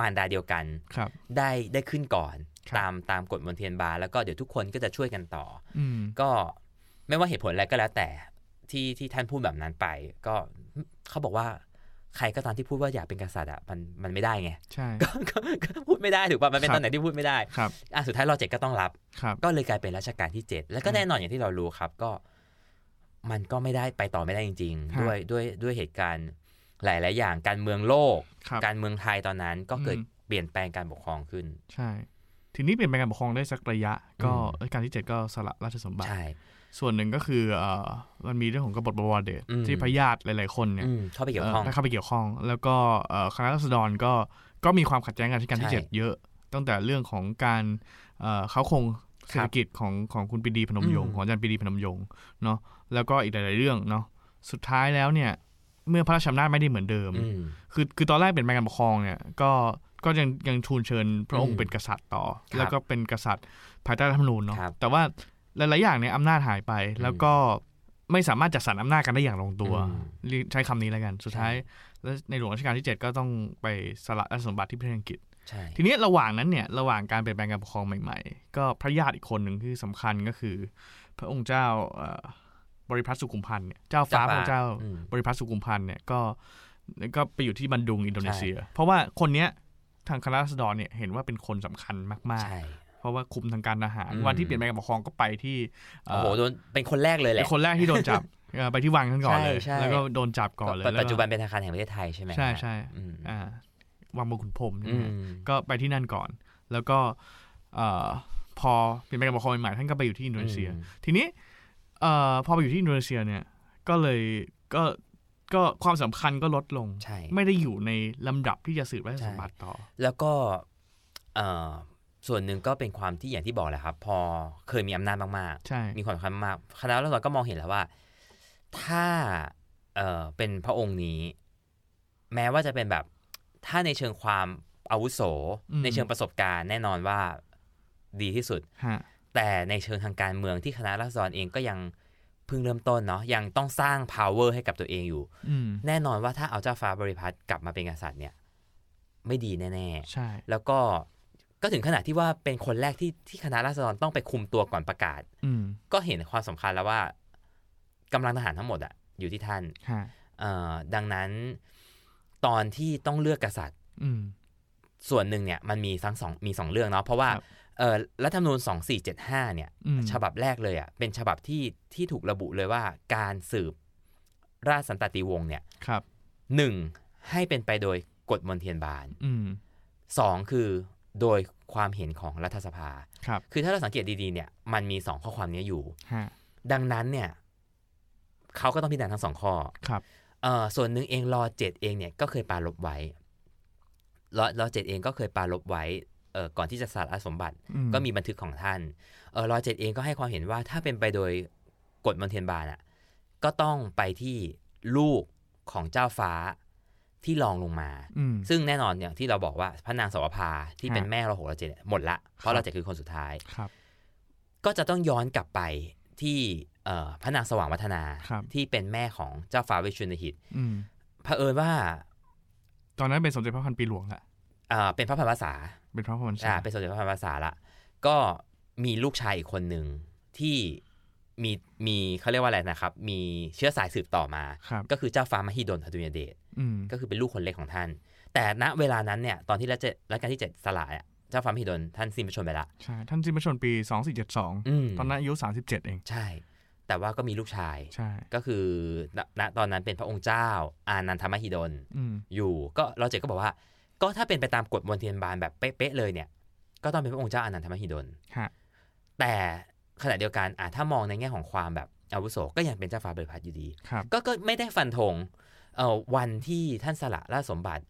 Speaker 3: มารดาเดียวกัน
Speaker 4: ครับ
Speaker 3: ได้ได้ขึ้นก่อน
Speaker 4: ครับ
Speaker 3: ตามตามกฎมนเทียนบาแล้วก็เดี๋ยวทุกคนก็จะช่วยกันต่อ
Speaker 4: อืม
Speaker 3: ก็ไม่ว่าเหตุผลอะไรก็แล้วแต่ที่ที่ท่านพูดแบบนั้นไป ก็เขาบอกว่าใครก็ตามที่พูดว่าอยากเป็นกษัตริย์อ่ะมันมันไม่ได้ไง
Speaker 4: ใช่
Speaker 3: ก็ก็ก็พูดไม่ได้ถูกป่ะมันเป็น
Speaker 4: ครับ
Speaker 3: ตอนไหนที่พูดไม่ได้
Speaker 4: ครับ
Speaker 3: อ่ะสุดท้ายรอเจ็ดก็ต้องรับ
Speaker 4: ครับ
Speaker 3: ก็เลยกลายเป็นรัชกาลที่ 7 แล้วก็แน่นอนอย่างที่เรารู้ครับก็ มันก็ไม่ได้ไปต่อไม่ได้จริง ๆ
Speaker 4: ฮะ
Speaker 3: ด้วยด้วยด้วยเหตุการณ์หลาย ๆ อย่างการเมืองโลก
Speaker 4: ครับ
Speaker 3: การเมืองไทยตอนนั้นก็เกิด
Speaker 4: อืม
Speaker 3: เปลี่ยนแปลงการปกครองขึ้น
Speaker 4: ใช่ ทีนี้เปลี่ยนแปลงการปกครองได้สักระยะ ก็
Speaker 3: อืม
Speaker 4: รัชกาลที่ 7 ก็สละราชสมบัติ
Speaker 3: ใช่
Speaker 4: ส่วนหนึ่งก็คือเอ่อมันมีเรื่องของกบฏบวรเดช
Speaker 3: อืม
Speaker 4: ที่พระญาติหลาย ๆ คนเนี่ย
Speaker 3: อืมเข้าไปเกี่ยวข้อง
Speaker 4: เอ่อเข้าไปเกี่ยวข้อง แล้วก็เอ่อคณะรัษฎรก็ก็มีความขัดแย้งกับรัชกาลที่
Speaker 3: ใช่
Speaker 4: 7 เยอะ ตั้งแต่เรื่องของการเอ่อเขาคงเศรษฐกิจของของคุณปรีดีพนมยงค์
Speaker 3: อืม
Speaker 4: ของอาจารย์ปรีดีพนมยงค์เนาะแล้วก็อีกหลาย ๆ เรื่องเนาะสุดท้ายแล้วเนี่ยเมื่อพระราชอำนาจไม่ได้เหมือนเดิม
Speaker 3: อืม
Speaker 4: คือคือตอนแรกเป็นแมงการปกครองเนี่ยก็ก็ยังยังทูลเชิญพระอง
Speaker 3: อื
Speaker 4: ค์
Speaker 3: ม
Speaker 4: เป็นกษัตริย์ต่อ
Speaker 3: ครับ
Speaker 4: แล้วก็เป็นกษัตริย์ภายใต้รัฐธรรมนูญเนาะ
Speaker 3: ครับ
Speaker 4: แต่ว่าหลาย ๆ อย่างเนี่ยอำนาจหายไป แล้วก็ไม่สามารถจัดสรรอำนาจกันได้อย่างลงตัว
Speaker 3: อืม
Speaker 4: ใช้คำนี้แล้วกัน สุด
Speaker 3: ใช่
Speaker 4: ท้ายแล้วในหลวงรัชกาลที่ 7 ก็ต้องไปสละราชสมบัติที่ประเทศอังกฤษ
Speaker 3: ใช่
Speaker 4: ทีนี้ระหว่างนั้นเนี่ยระหว่างการเปลี่ยนแปลงการปกครองใหม่ ๆ ก็พระญาติอีกคนหนึ่งที่สำคัญก็คือ พระองค์เจ้าเอ่อบริพัตรสุขุมพันธ์เนี่ยเจ้าฟ้าพระองค์เจ้า
Speaker 3: อืม
Speaker 4: บริพัตรสุขุมพันธ์เนี่ยก็ก็ไปอยู่ที่บันดุงอินโดนีเซีย
Speaker 3: ใช่
Speaker 4: เพราะว่าคนเนี้ยทางคณะราษฎรเนี่ยเห็นว่าเป็นคนสำคัญมาก
Speaker 3: ใช่
Speaker 4: ๆ เพราะว่าคุมทางการทหาร
Speaker 3: อืม
Speaker 4: วันที่เปลี่ยนแปลงการปกครองก็ไปที่เอ่
Speaker 3: โอ้
Speaker 4: อ
Speaker 3: โหโดนเป็นคนแรกเลยแห
Speaker 4: เป็
Speaker 3: ละ
Speaker 4: นคนแรกที่โดนจับ เอ่อไปที่วังท่านก่อนเลย
Speaker 3: ใช่ใช่
Speaker 4: แล้วก็โดนจับก่อนเลย
Speaker 3: ก็
Speaker 4: แล้วก็
Speaker 3: ปัจจุบันเป็นธนาคารแห่งประเทศไทยใช่ไหม
Speaker 4: ใช่ใช่
Speaker 3: อืม
Speaker 4: อ่าวังบงขุนพรหมใช่
Speaker 3: อื
Speaker 4: ไหม
Speaker 3: ม
Speaker 4: ก็ไปที่นั่นก่อน แล้วก็เอ่อพอเปลี่ยนแปลงการปกครองใหม่ๆท่านก็ไปอยู่ที่อินโดนีเซีย ทีนี้เอ่อพอไปอยู่ที่อินโดนีเซียเนี่ยก็เลยก็ก็ความสำคัญก็ลดลง
Speaker 3: ใช่
Speaker 4: ไม่ได้อยู่ในลำดับที่จะสืบราชสมบัติต่อ
Speaker 3: แล้วก็เอ่อส่วนหนึ่งก็เป็นความที่อย่างที่บอกแหละครับ พอเคยมีอำนาจมากๆ
Speaker 4: ใช่
Speaker 3: มีความสำคัญมากคณะรัษฎรก็มองเห็นแล้วว่า ถ้าเออเป็นพระองค์นี้ แม้ว่าจะเป็นแบบถ้าในเชิงความ อาวุโส
Speaker 4: อืม
Speaker 3: ในเชิงประสบการณ์แน่นอนว่าดีที่สุด
Speaker 4: ฮะ
Speaker 3: แต่ในเชิงทางการเมืองที่คณะราษฎรเองก็ยังเพิ่งเริ่มต้นเนาะยังต้องสร้าง power ให้กับตัวเองอยู่
Speaker 4: อืม
Speaker 3: แน่นอนว่าถ้าเอาเจ้าฟ้าบริพัตรกลับมาเป็นกษัตริย์เนี่ย ไม่ดีแน่
Speaker 4: ใช่
Speaker 3: ๆ แล้วก็ก็ถึงขนาดที่ว่าเป็นคนแรกที่ที่คณะราษฎรต้องไปคุมตัวก่อนประกาศ
Speaker 4: อืม
Speaker 3: ก็เห็นความสำคัญแล้วว่ากำลังทหารทั้งหมดอะอยู่ที่ท่าน
Speaker 4: ฮะ
Speaker 3: เอ่อดังนั้นตอนที่ต้องเลือกกษัตริย์
Speaker 4: อืม
Speaker 3: ส่วนหนึ่งเนี่ยมันมีทั้งสองมีสองเรื่องเนาะเพราะว่า
Speaker 4: ครับ
Speaker 3: เอ่อรัฐธรรมนูญ2475เนี่ย
Speaker 4: อืม
Speaker 3: ฉบับแรกเลยอะเป็นฉบับที่ที่ถูกระบุเลยว่าการสืบราชสันตติวงศ์เนี่ย
Speaker 4: ครับ
Speaker 3: หนึ่งให้เป็นไปโดยกฎมนเทียนบาน
Speaker 4: อืม
Speaker 3: สองคือโดยความเห็นของรัฐสภา
Speaker 4: ครับ
Speaker 3: คือถ้าเราสังเกตดีๆเนี่ยมันมีสองข้อความนี้อยู่
Speaker 4: ฮะ
Speaker 3: ดังนั้นเนี่ยเขาก็ต้องพิจารณาทั้งสองข้อ
Speaker 4: ครับ
Speaker 3: เอ่อส่วนหนึ่งเองรอเจ็ดเองเนี่ยก็เคยปราลบไว้รอรอเจ็ดเองก็เคยปราลบไว้เอ่อก่อนที่จะสาระสมบัติ
Speaker 4: อืม
Speaker 3: ก็มีบันทึกของท่านเออรอยเจ็ดเองก็ให้ความเห็นว่าถ้าเป็นไปโดยกฎมนเทียนบานอ่ะ ก็ต้องไปที่ลูกของเจ้าฟ้าที่รองลงมา
Speaker 4: อืม
Speaker 3: ซึ่งแน่นอนอย่างที่เราบอกว่าพระนางสวภาที่
Speaker 4: ฮะ
Speaker 3: เป็นแม่เราหกเราเจ็ดเนี่ยหมดละ เพราะ
Speaker 4: ครับ
Speaker 3: เราเจ็ดคือคนสุดท้าย
Speaker 4: ครับ
Speaker 3: ก็จะต้องย้อนกลับไปที่เอ่อพระนางสว่างวัฒนา
Speaker 4: ครับ
Speaker 3: ที่เป็นแม่ของเจ้าฟ้าเวชชุนหิต
Speaker 4: อืม
Speaker 3: เผอิญว่า
Speaker 4: ตอนนั้นเป็นสมเด็จพระพันปีหลวงละ
Speaker 3: เอ่อเป็นพระพันวษา
Speaker 4: เป็นพระพรหมชา
Speaker 3: อ่าเป็นสมเด็จพระพันภาษาละก็มีลูกชายอีกคนหนึ่งที่มีมีเขาเรียกว่าอะไรนะครับ มีเชื้อสายสืบต่อมา
Speaker 4: ครับ
Speaker 3: ก็คือเจ้าฟ้ามหิดลอดุญเดช
Speaker 4: อืม
Speaker 3: ก็คือเป็นลูกคนเล็กของท่าน แต่ณเวลานั้นเนี่ยตอนที่รัชรัชกาลที่เจ็ดสลายอะเจ้าฟ้ามหิดลท่านสิ้นพระชนม์ไปละ
Speaker 4: ใช่ท่านสิ้นพระชนม์ปีสองสี่เจ็ดสอง
Speaker 3: อืม
Speaker 4: ตอนนั้นอายุสามสิบเจ็ดเอง
Speaker 3: ใช่ แต่ว่าก็มีลูกชาย
Speaker 4: ใช่
Speaker 3: ก็คือณณตอนนั้นเป็นพระองค์เจ้า อานันทมหิดล
Speaker 4: อืม
Speaker 3: อยู่ก็รอเจ็ดก็บอกว่า ก็ถ้าเป็นไปตามกฎมนเทียนบานแบบเป๊ะๆเลยเนี่ย ก็ต้องเป็นพระองค์เจ้าอานันทมหิดล
Speaker 4: ฮะ
Speaker 3: แต่ขณะเดียวกันอ่ะถ้ามองในแง่ของความแบบอาวุโสก็ยังเป็นเจ้าฟ้าบริพัตรอยู่ดี
Speaker 4: ครับ
Speaker 3: ก็ก็ไม่ได้ฟันธงเอ่อวันที่ท่านสละราชสมบัติ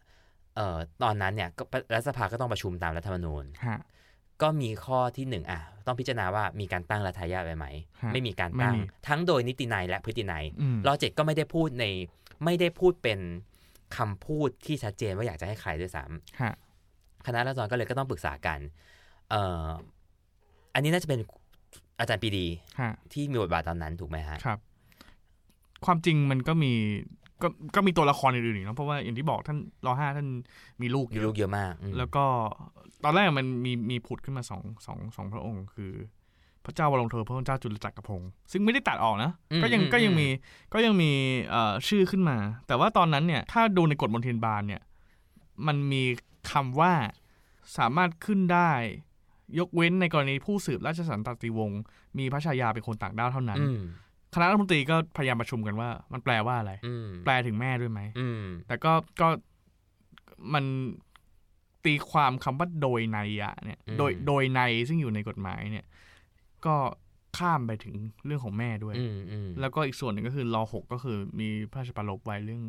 Speaker 3: เอ่อตอนนั้นเนี่ยก็รัฐสภาก็ต้องประชุมตามรัฐธรรมนูญ
Speaker 4: ฮะ
Speaker 3: ก็มีข้อที่หนึ่งอ่ะต้องพิจารณาว่ามีการตั้งรัฐทายาทไว้ไหม
Speaker 4: ฮะ
Speaker 3: ไม่มีการ
Speaker 4: ไม่
Speaker 3: ตั้ง
Speaker 4: มี
Speaker 3: ทั้งโดยนิตินัยและพฤตินัย
Speaker 4: อืม
Speaker 3: รอเจ็ดก็ไม่ได้พูดในไม่ได้พูดเป็นคำพูดที่ชัดเจนว่าอยากจะให้ใครด้วยซ้ำ
Speaker 4: ฮะ
Speaker 3: คณะราษฎรก็เลยก็ต้องปรึกษากัน เอ่อ อันนี้น่าจะเป็นอาจารย์ปรีดี
Speaker 4: ฮะ
Speaker 3: ที่มีบทบาทตอนนั้นถูกไหมฮะ
Speaker 4: ครับ ความจริงมันก็มีก็ก็มีตัวละครอื่นๆอีกเนอะเพราะว่าอย่างที่บอกท่านรอห้าท่านมีลูก
Speaker 3: อ
Speaker 4: เย
Speaker 3: ยู่
Speaker 4: อะ
Speaker 3: ลูกเยอะมากอืม
Speaker 4: แล้วก็ตอนแรกมันมีมีผุดขึ้นมาสองสองสองพระองค์ คือ พระเจ้าวรวงเธอพระเจ้าจุลจักรพงศ์ซึ่งไม่ได้ตัดออกนะ ก็ยังก็ยังมีก็ยังมีเอ่อชื่อขึ้นมา แต่ว่าตอนนั้นเนี่ยถ้าดูในกฎมนเทียนบานเนี่ยมันมีคำว่าสามารถขึ้นได้ ยกเว้นในกรณีผู้สืบราชสันตติวงศ์มีพระชายาเป็นคนต่างด้าวเท่านั้น
Speaker 3: อืม
Speaker 4: คณะรัฐมนตรีก็พยายามประชุมกันว่ามันแปลว่าอะไร
Speaker 3: อืม
Speaker 4: แปลถึงแม่ด้วยไหม
Speaker 3: อืม
Speaker 4: แต่ก็ก็มันตีความคำว่าโดยในยยะเนี่ยโดยโดยในยซึ่งอยู่ในกฎหมายเนี่ย ก็ข้ามไปถึงเรื่องของแม่ด้วย
Speaker 3: อืมอืม
Speaker 4: แล้วก็อีกส่วนหนึ่งก็คือรอหกก็คือมีพระราชประลบไว้เรื่อง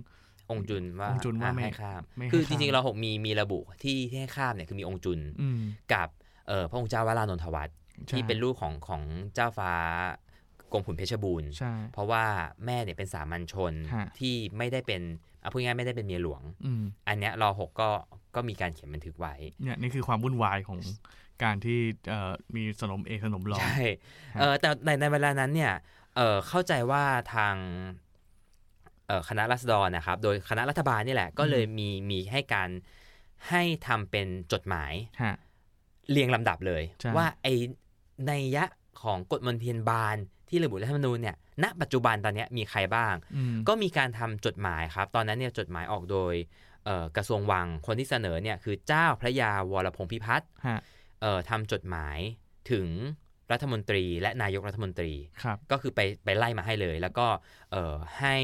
Speaker 3: องค์จุนว่า
Speaker 4: องค์จุนว่า
Speaker 3: อ่ะ
Speaker 4: ไม่
Speaker 3: ให้ข้าม
Speaker 4: ไม่ให้
Speaker 3: คือจ
Speaker 4: ข้าม
Speaker 3: ริงๆเราหกมีมีระบุที่ที่ให้ข้ามเนี่ยคือมีองค์จุน
Speaker 4: อืม
Speaker 3: กับเอ่อพระองค์เจ้าวรานนทวัฒน์
Speaker 4: ใช่
Speaker 3: ที่เป็นลูกของของเจ้าฟ้ากรมขุนเพชรบูรณ์
Speaker 4: ใช่
Speaker 3: เพราะว่าแม่เนี่ยเป็นสามัญชน
Speaker 4: ฮะ
Speaker 3: ที่ไม่ได้เป็นอ่ะพูดง่ายๆไม่ได้เป็นเมียหลวง
Speaker 4: อืม
Speaker 3: อันเนี้ยรอหกก็ก็มีการเขียนบันทึกไว้
Speaker 4: เนี่ยนี่คือความวุ่นวายของการที่เอ่อมีสนมเอกสนมรอง
Speaker 3: ใช่เออแต่ในในเวลานั้นเนี่ยเออเข้าใจว่าทางเออคณะรัษฎรนะครับ โดยคณะรัฐบาลนี่แหละ ก็เลยมีมีให้การให้ทำเป็นจดหมาย
Speaker 4: ฮะ
Speaker 3: เรียงลำดับเลย
Speaker 4: ใช่
Speaker 3: ว่าไอในยยะของกฎมนเทียนบานที่ระบุรัฐธรรมนูญเนี่ยณปัจจุบันตอนเนี้ยมีใครบ้าง
Speaker 4: อืม
Speaker 3: ก็มีการทำจดหมายครับ ตอนนั้นเนี่ยจดหมายออกโดยเอ่อกระทรวงวังคนที่เสนอเนี่ยคือเจ้าพระยาวรพงศ์พิพัฒน์
Speaker 4: ฮะ
Speaker 3: เอ่อทำจดหมายถึงรัฐมนตรีและนายกรัฐมนตรี
Speaker 4: ครับ
Speaker 3: ก็คือไปไปไล่มาให้เลย แล้วก็เอ่อให้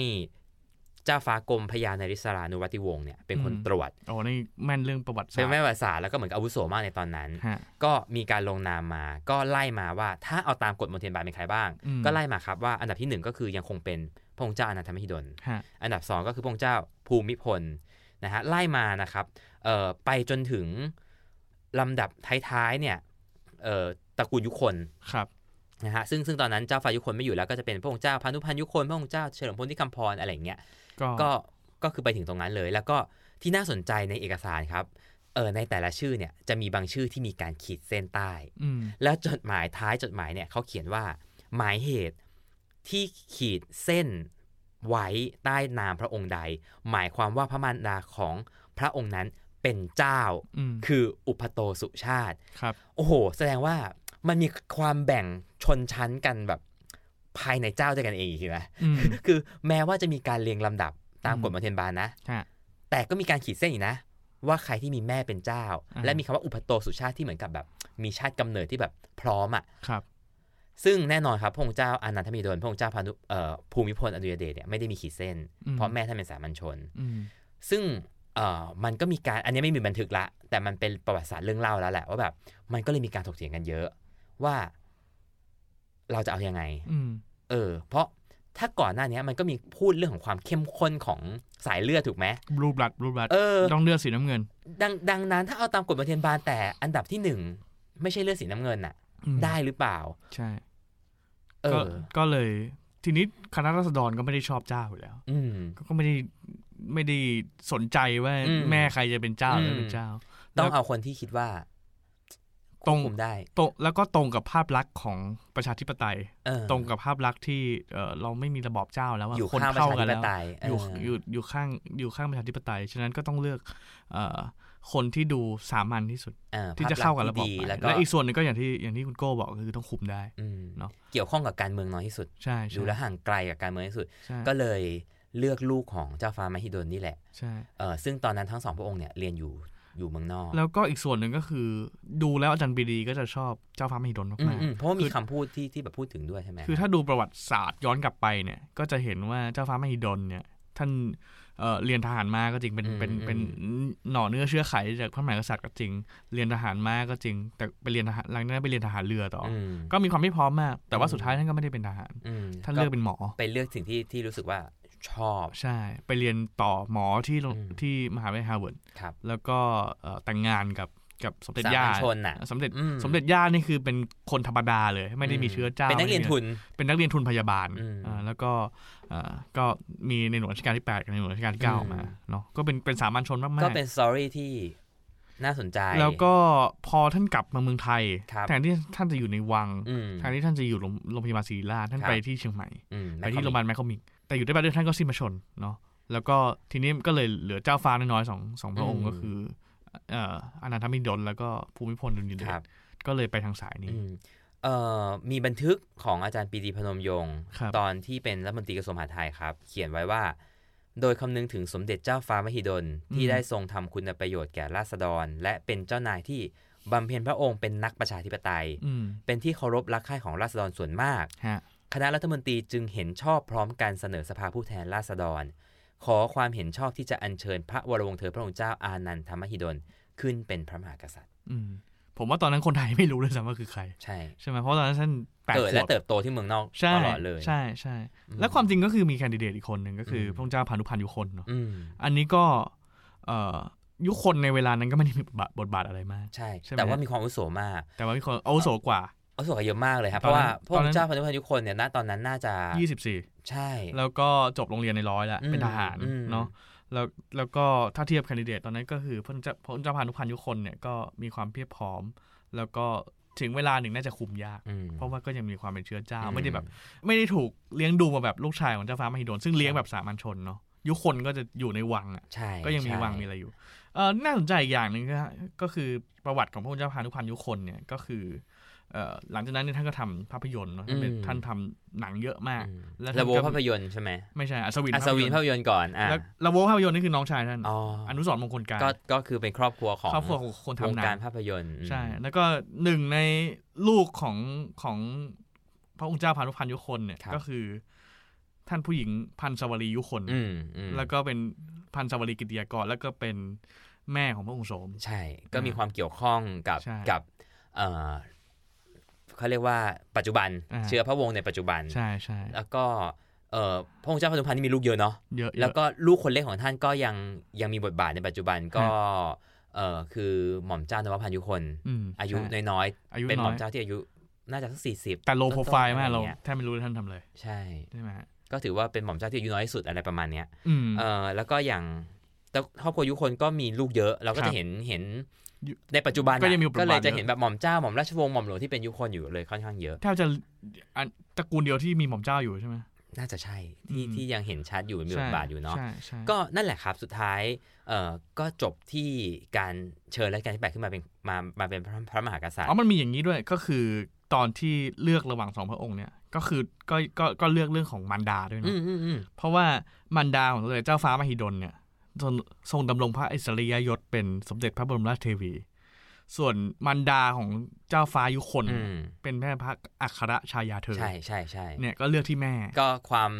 Speaker 3: เจ้าฟ้ากรมพญานาริศรานุวัติวงศ์เนี่ยเป็นคน
Speaker 4: อืม
Speaker 3: ตรวจ
Speaker 4: โอ้นี่แม่นเรื่องประวัติศาส
Speaker 3: เป็น
Speaker 4: ต
Speaker 3: แม่
Speaker 4: ร์
Speaker 3: ประวัติศาสตร์แล้วก็เหมือนกับอาวุโสมากในตอนนั้น
Speaker 4: ฮะ
Speaker 3: ก็มีการลงนามมา ก็ไล่มาว่าถ้าเอาตามกฎมนเทียนบานเป็นใครบ้าง
Speaker 4: อืม
Speaker 3: ก็ไล่มาครับว่าอันดับที่หนึ่งก็คือยังคงเป็นพระองค์เจ้าอนันทมหิดล
Speaker 4: ฮะ
Speaker 3: อันดับ 2 ก็คือพระองค์เจ้าภูมิพลนะฮะไล่มานะครับเอ่อไปจนถึงลำดับท้ายๆเนี่ยเอ่อตระกูลยุคน
Speaker 4: ครับ
Speaker 3: นะฮะซึ่งซึ่งตอนนั้นเจ้าฟ้ายุคนไม่อยู่แล้วก็จะเป็นพระองค์เจ้าพานุพันธ์ยุคนพระองค์เจ้าเฉลิมพลที่คำพรอะไรอย่างเงี้ย
Speaker 4: ก็
Speaker 3: ก็ก็คือไปถึงตรงนั้นเลย แล้วก็ที่น่าสนใจในเอกสารครับ เออในแต่ละชื่อเนี่ยจะมีบางชื่อที่มีการขีดเส้นใต้
Speaker 4: อืม
Speaker 3: แล้วจดหมายท้ายจดหมายเนี่ยเขาเขียนว่า หมายเหตุที่ขีดเส้นไว้ใต้นามพระองค์ใด หมายความว่าพระมารดาของพระองค์นั้นเป็นเจ้า
Speaker 4: อืม
Speaker 3: คืออุปโตสุชาติ
Speaker 4: ครับ
Speaker 3: โอ้โห แสดงว่ามันมีความแบ่งชนชั้นกันแบบภายในเจ้าด้วยกันเองอีกทีนะ
Speaker 4: อืม
Speaker 3: คือแม้ว่าจะมีการเรียงลำดับตามกฎ
Speaker 4: อืม
Speaker 3: มนเทนบาลนะ
Speaker 4: ฮะ
Speaker 3: แต่ก็มีการขีดเส้นอีกนะ ว่าใครที่มีแม่เป็นเจ้า
Speaker 4: อ่า
Speaker 3: และมีคำว่าอุปโตสุชาติที่เหมือนกับแบบ มีชาติกำเนิดที่แบบพร้อมอ่ะ
Speaker 4: ครับ
Speaker 3: ซึ่งแน่นอนครับพระองค์เจ้าอานันทมหิดลพระองค์เจ้าพานุเอ่อภูมิพลอดุลยเดชเนี่ยไม่ได้มีขีดเส้น
Speaker 4: อืม
Speaker 3: เพราะแม่ท่านเป็นสามัญชน
Speaker 4: อืม
Speaker 3: ซึ่งเอ่อมันก็มีการอันนี้ไม่มีบันทึกละ แต่มันเป็นประวัติศาสตร์เรื่องเล่าแล้วแหละว่าแบบมันก็เลยมีการถกเถียงกันเยอะ ว่าเราจะเอาอยัางไง
Speaker 4: อืม
Speaker 3: เออ เพราะถ้าก่อนหน้านี้มันก็มีพูดเรื่องของความเข้มข้นของสายเลือดถูกไหม
Speaker 4: รูปรัดรูปรัด
Speaker 3: เออ
Speaker 4: ต้องเลือดสีน้ำเงิน
Speaker 3: ดังดังนั้นถ้าเอาตามกฎบันเทียนบานแต่อันดับที่หนึ่งไม่ใช่เลือดสีน้ำเงินน่ะ
Speaker 4: อืม
Speaker 3: ได้หรือเปล่า
Speaker 4: ใช่
Speaker 3: เอ
Speaker 4: ก็
Speaker 3: อ
Speaker 4: ก็เลย ทีนี้คณะรัษฎรก็ไม่ได้ชอบเจ้าอยู่แล้ว
Speaker 3: อืม
Speaker 4: ก็ไม่ได้ไม่ได้สนใจว่า
Speaker 3: อืม
Speaker 4: แม่ใครจะเป็นเจ้า
Speaker 3: อื
Speaker 4: ห
Speaker 3: ม
Speaker 4: รือเป็นเจ้า
Speaker 3: ต้องเอาคนที่คิดว่า
Speaker 4: ตรง
Speaker 3: ควบคุมได้
Speaker 4: ตรงแล้วก็ตรงกับภาพลักษณ์ของประชาธิปไตย
Speaker 3: เออ
Speaker 4: ตรงกับภาพลักษณ์ที่เอ่อเราไม่มีระบอบเจ้าแล้วอะ
Speaker 3: อยู่
Speaker 4: คน
Speaker 3: ข้างประ
Speaker 4: เท่า
Speaker 3: ชา
Speaker 4: กัน
Speaker 3: ธิป
Speaker 4: แล้ว
Speaker 3: ไตยเ
Speaker 4: อยู่อยู่อยู่ข้างอยู่ข้างประชาธิปไตย ฉะนั้นก็ต้องเลือกเออคนที่ดูสามัญที่สุด
Speaker 3: อ่อ
Speaker 4: ที่จะเข้ากับระบอบ
Speaker 3: ภพลัษณ์
Speaker 4: ไป
Speaker 3: ที่ดีแล้วก็
Speaker 4: และอีกส่วนหนึ่งก็อย่างที่อย่างที่คุณโก้บอกคือต้องคุมได้
Speaker 3: อืม
Speaker 4: เนอะ
Speaker 3: เกี่ยวข้องกับการเมืองน้อยที่สุด
Speaker 4: ใช่ใช่
Speaker 3: ดูแลวห่างไกลกับการเมืองที่สุด
Speaker 4: ใช่
Speaker 3: ก็เลยเลือกลูกของเจ้าฟ้ามหิดลนี่แหละ
Speaker 4: ใช่
Speaker 3: เออซึ่งตอนนั้นทั้งสองพระองค์เนี่ยเรียนอยู่อยู่เมืองนอก
Speaker 4: แล้วก็อีกส่วนหนึ่งก็คือ ดูแล้วอาจารย์ปรีดีก็จะชอบเจ้าฟ้ามหิดล
Speaker 3: อืม
Speaker 4: มาก
Speaker 3: อืมเพราะว่ามีคำพูดที่ที่แบบพูดถึงด้วยใช่ไหม
Speaker 4: ๆคือถ้าดูประวัติศาสตร์ย้อนกลับไปเนี่ย ก็จะเห็นว่าเจ้าฟ้ามหิดลเนี่ย ท่านเอ่อเรียนทหารมาก็จริงเป็นเป็นเป็นหน่อเนื้อเชื้อไขจากพระมหากษัตริย์ก็จริง เรียนทหารมาก็จริง แต่ไปเรียนทหารหลังจากนั้นไปเรียนทหารเรือต่ออ
Speaker 3: อืม
Speaker 4: ก็มีความไม่พร้อมมาก แต่ว่าสุดท้ายท่านก็ไม่ได้เป็นทหาร
Speaker 3: อืม
Speaker 4: ท่านเลือกเป็นหมอ
Speaker 3: ไปเลือกสิ่งที่ที่รู้สึกว่าชอบ
Speaker 4: ใช่ ไปเรียนต่อหมอที่โรง
Speaker 3: อืม
Speaker 4: ที่มหาวิทยาลัยฮาร์วาร์ด
Speaker 3: ครับ
Speaker 4: แล้วก็เอ่อแต่งงานกับกับสมเด็จ
Speaker 3: สา
Speaker 4: ย่า
Speaker 3: มัญชนน่ะ
Speaker 4: สมเด็จ
Speaker 3: อืม
Speaker 4: สมเด็จย่านี่คือเป็นคนธรรมดาเลย ไม่ได้มีเชื้อเจ้า
Speaker 3: เป็นนักเรียน
Speaker 4: ไม่มี
Speaker 3: ทุน
Speaker 4: เป็นนักเรียนทุนพยาบาล
Speaker 3: อืม
Speaker 4: อ่าแล้วก็เอ่อก็มีในหลวงรัชกาลที่ 8 กับในหลวงรัชกาลที่
Speaker 3: อืม
Speaker 4: 9 มาเนาะ ก็เป็นเป็นสามัญชนมาก
Speaker 3: ก็เป็นสตอรี่ที่น่าสนใจ
Speaker 4: ๆ แล้วก็พอท่านกลับมาเมืองไทย
Speaker 3: ครับ
Speaker 4: แทนที่ท่านจะอยู่ในวัง
Speaker 3: อืม
Speaker 4: แทนที่ท่านจะอยู่โรงโรงพยาบาลศิริราชท่าน
Speaker 3: ครับ
Speaker 4: ไปที่เชียงใหม่
Speaker 3: อืม
Speaker 4: ไปที่โรงพยาบาลแมคคอมิก แต่อยู่ได้แป๊บเดียวท่านก็สิ้นพระชนม์เนาะ แล้วก็ทีนี้ก็เลยเหลือเจ้าฟ้าน้อยๆสองสองพระอง
Speaker 3: อื
Speaker 4: ค์
Speaker 3: ม
Speaker 4: ก็คือเอ่ออนันทมิดลแล้วก็ภูมิพลอดุลยเด
Speaker 3: ค
Speaker 4: ช
Speaker 3: รับ
Speaker 4: ก็เลยไปทางสายนี้
Speaker 3: อืมเอ่อมีบันทึกของอาจารย์ปรีดีพนมยงค์
Speaker 4: ครับ
Speaker 3: ตอนที่เป็นรัฐมนตรีกระทรวงมหาดไทยครับ เขียนไว้ว่า โดยคำนึงถึงสมเด็จเจ้าฟ้ามหิดล ที่
Speaker 4: อืม
Speaker 3: ได้ทรงทำคุณประโยชน์แก่ราษฎร และเป็นเจ้านายที่บำเพ็ญพระองค์เป็นนักประชาธิปไตย
Speaker 4: อืม
Speaker 3: เป็นที่เคารพรักใคร่ของราษฎรส่วนมาก
Speaker 4: ฮะ
Speaker 3: คณะรัฐมนตรีจึงเห็นชอบพร้อมการเสนอสภาผู้แทนราษฎร ขอความเห็นชอบที่จะอัญเชิญพระวรวงศ์เธอพระองค์เจ้าอานันทมหิดล ขึ้นเป็นพระมหากษัตริย์
Speaker 4: อืมผมว่าตอนนั้นคนไทยไม่รู้เลยซ้ำว่าคือใคร
Speaker 3: ใช่
Speaker 4: ใช่ไหมเพราะตอนนั้นท่านแปด
Speaker 3: เกิด
Speaker 4: ข
Speaker 3: และ
Speaker 4: วบ
Speaker 3: เติบโตที่เมืองนอก
Speaker 4: ใช่
Speaker 3: ตลอดเลย
Speaker 4: ใช่ใช่
Speaker 3: อืม
Speaker 4: แล้วความจริงก็คือมีแคนดิเดตอีกคนหนึ่งก็คืออ
Speaker 3: ม
Speaker 4: พระองค์เจ้าพานุพันธ์ยุคนเนาะ
Speaker 3: อืม
Speaker 4: อันนี้ก็เอ่อยุคนในเวลานั้นก็ไม่ได้มีบทบาทบทบาทอะไรมาก
Speaker 3: ใช่
Speaker 4: ใช่ไหม
Speaker 3: แต่ว่ามีความอาวุโสมาก
Speaker 4: แต่ว่ามีคนอาวุโสกว่า
Speaker 3: อาวุโสกว่าเยอะมากเลยครับ
Speaker 4: ต
Speaker 3: เพ
Speaker 4: อนนั้ต
Speaker 3: ราะว่าน พระอ
Speaker 4: อน
Speaker 3: ง
Speaker 4: นั้น
Speaker 3: ค์เจ้าพระนุพนยุคนเนี่ยณตอนนั้นน่าจะ
Speaker 4: 24
Speaker 3: ใช่
Speaker 4: แล้วก็จบโรงเรียนในร้อยแล้ว
Speaker 3: อืม
Speaker 4: เป็นทหาร
Speaker 3: อืม
Speaker 4: เนาะแล้วแล้วก็ถ้าเทียบแคนดิเดตตอนนั้นก็คือพลเจ้าพลเจ้าพานุพันธ์ยุคนเนี่ยก็มีความเพียบพร้อม แล้วก็ถึงเวลาหนึ่งน่าจะคุมยาก
Speaker 3: อืม
Speaker 4: เพราะว่าก็ยังมีความเป็นเชื้อเจ้า
Speaker 3: อื
Speaker 4: ไม่ได้แบบ ไม่ได้ถูกเลี้ยงดูมาแบบลูกชายของเจ้าฟ้ามหิดลซึ่งเลี้ยงแบบสามัญชนเนาะยุคนก็จะอยู่ในวังอ่ะ
Speaker 3: ใช่
Speaker 4: ก็ยังมี
Speaker 3: ใช่
Speaker 4: วังมีอะไรอยู่เออน่าสนใจอีกอย่างหนึ่งก็ก็คือประวัติของพระเจ้าพานุพันธ์ยุคนเนี่ยก็คือเอ่อหลังจากนั้นเนยท่านก็ทำภาพยนตร์เนาะท่านเป็นท่านทำหนังเยอะมาก
Speaker 3: อืม
Speaker 4: แล้วท่าน
Speaker 3: ระโว
Speaker 4: ก็
Speaker 3: ภาพยนตร์ใช่ไหม
Speaker 4: ไม่ใช่อัศวิน
Speaker 3: อัศวินภาพยนตร์ก่อนอ่ะ
Speaker 4: แล้วระโวภาพยนตร์นี่คือน้องชายท่าน
Speaker 3: อ๋ออ
Speaker 4: อนุสรณ์มงคลการ
Speaker 3: ก็ก็คือเป็นครอบครัวของ
Speaker 4: ครอบครัวของคน
Speaker 3: วง
Speaker 4: ทำหนั
Speaker 3: การ
Speaker 4: ง
Speaker 3: ภาพยนตร์
Speaker 4: ใช่ แล้วก็หนึ่งในลูกของของพระองค์เจ้าพานุพันธ์ยุคนเนี่ยก็คือ ท่านผู้หญิงพันสวรียุคน
Speaker 3: อืมอืม
Speaker 4: แล้วก็เป็นพันสวรีกิติยากรแล้วก็เป็นแม่ของพระองค์โสม
Speaker 3: ใช่ ก็มี
Speaker 4: อ่า
Speaker 3: ความเกี่ยวข้องกับ
Speaker 4: ใช่
Speaker 3: กับเอ่อเขาเรียกว่าปัจจุบัน
Speaker 4: อ่า
Speaker 3: เชื้อพระวงศ์ในปัจจุบัน
Speaker 4: ใช่ใช่
Speaker 3: แล้วก็เอ่อพระองค์เจ้าพนุพันธ์นี่มีลูกเยอะเนาะ
Speaker 4: เยอะ
Speaker 3: แล้ว
Speaker 4: เยอะ
Speaker 3: ก็ลูกคนเล็กของท่านก็ยังยังมีบทบาทในปัจจุบันก็เอ่อคือหม่อมเจ้านวพันธ์ยุคน
Speaker 4: อืม
Speaker 3: อายุ
Speaker 4: ใช่
Speaker 3: น้อย
Speaker 4: อายุ
Speaker 3: ๆ เป็นห
Speaker 4: น้
Speaker 3: ม่
Speaker 4: อ
Speaker 3: อย มเจ้าที่อายุน่าจะสักสี่สิบ
Speaker 4: แต่โลโปรไฟล์มากเรา
Speaker 3: ย
Speaker 4: แทบไม่รู้เลยท่านทำเลย
Speaker 3: ใช่
Speaker 4: ใช่ไหมฮะ
Speaker 3: ก็ถือว่าเป็นหม่อมเจ้าที่อายุน้อยที่สุดอะไรประมาณเนี้ย
Speaker 4: อืม
Speaker 3: เอ่อแล้วก็อย่าง แต่ครอบครัวยุคนก็มีลูกเยอะ เราก็จะเห็นเห็น
Speaker 4: ยุ
Speaker 3: ในปัจจุบันอะ
Speaker 4: ก็ยังมีปัจจุบัน
Speaker 3: ก็เลยจะเห็นแบบหม่อมเจ้าหม่อมราชวงศ์หม่อมหลวงที่เป็นยุคนอยู่เลยค่อนข้างเยอะ
Speaker 4: แทบจะอันตระกูลเดียวที่มีหม่อมเจ้าอยู่ใช่ไหม
Speaker 3: น่าจะใช่ที่
Speaker 4: อืม
Speaker 3: ที่ยังเห็นชัดอยู่มีบทบาทอยู่เนาะ
Speaker 4: ใช่ใช่
Speaker 3: ก็นั่นแหละครับสุดท้ายเอ่อก็จบที่การเชิญรัชกาลที่แปดขึ้นมาเป็นมามาเป็นพระพระมหากษัตริ
Speaker 4: อ๋อ
Speaker 3: ย์
Speaker 4: มันมีอย่างนี้ด้วยก็คือตอนที่เลือกระหว่างสองพระองค์เนี่ยก็คือก็ก็ก็เลือกเรื่องของมารดาด้วย
Speaker 3: อื
Speaker 4: นะ
Speaker 3: มอืมอืม
Speaker 4: เพราะว่ามารดาของสมเด็จเจ้าฟ้ามหิดลเนี่ยทรงทรงดำรงพระอิสริยยศเป็นสมเด็จพระบรมราชเทวี ส่วนมารดาของเจ้าฟ้ายุคน
Speaker 3: อืม
Speaker 4: เป็นแม่พระอัครชายาเธอ
Speaker 3: ใช่ใช่ใช่
Speaker 4: เนี่ยก็เลือกที่แม่
Speaker 3: ก็ความ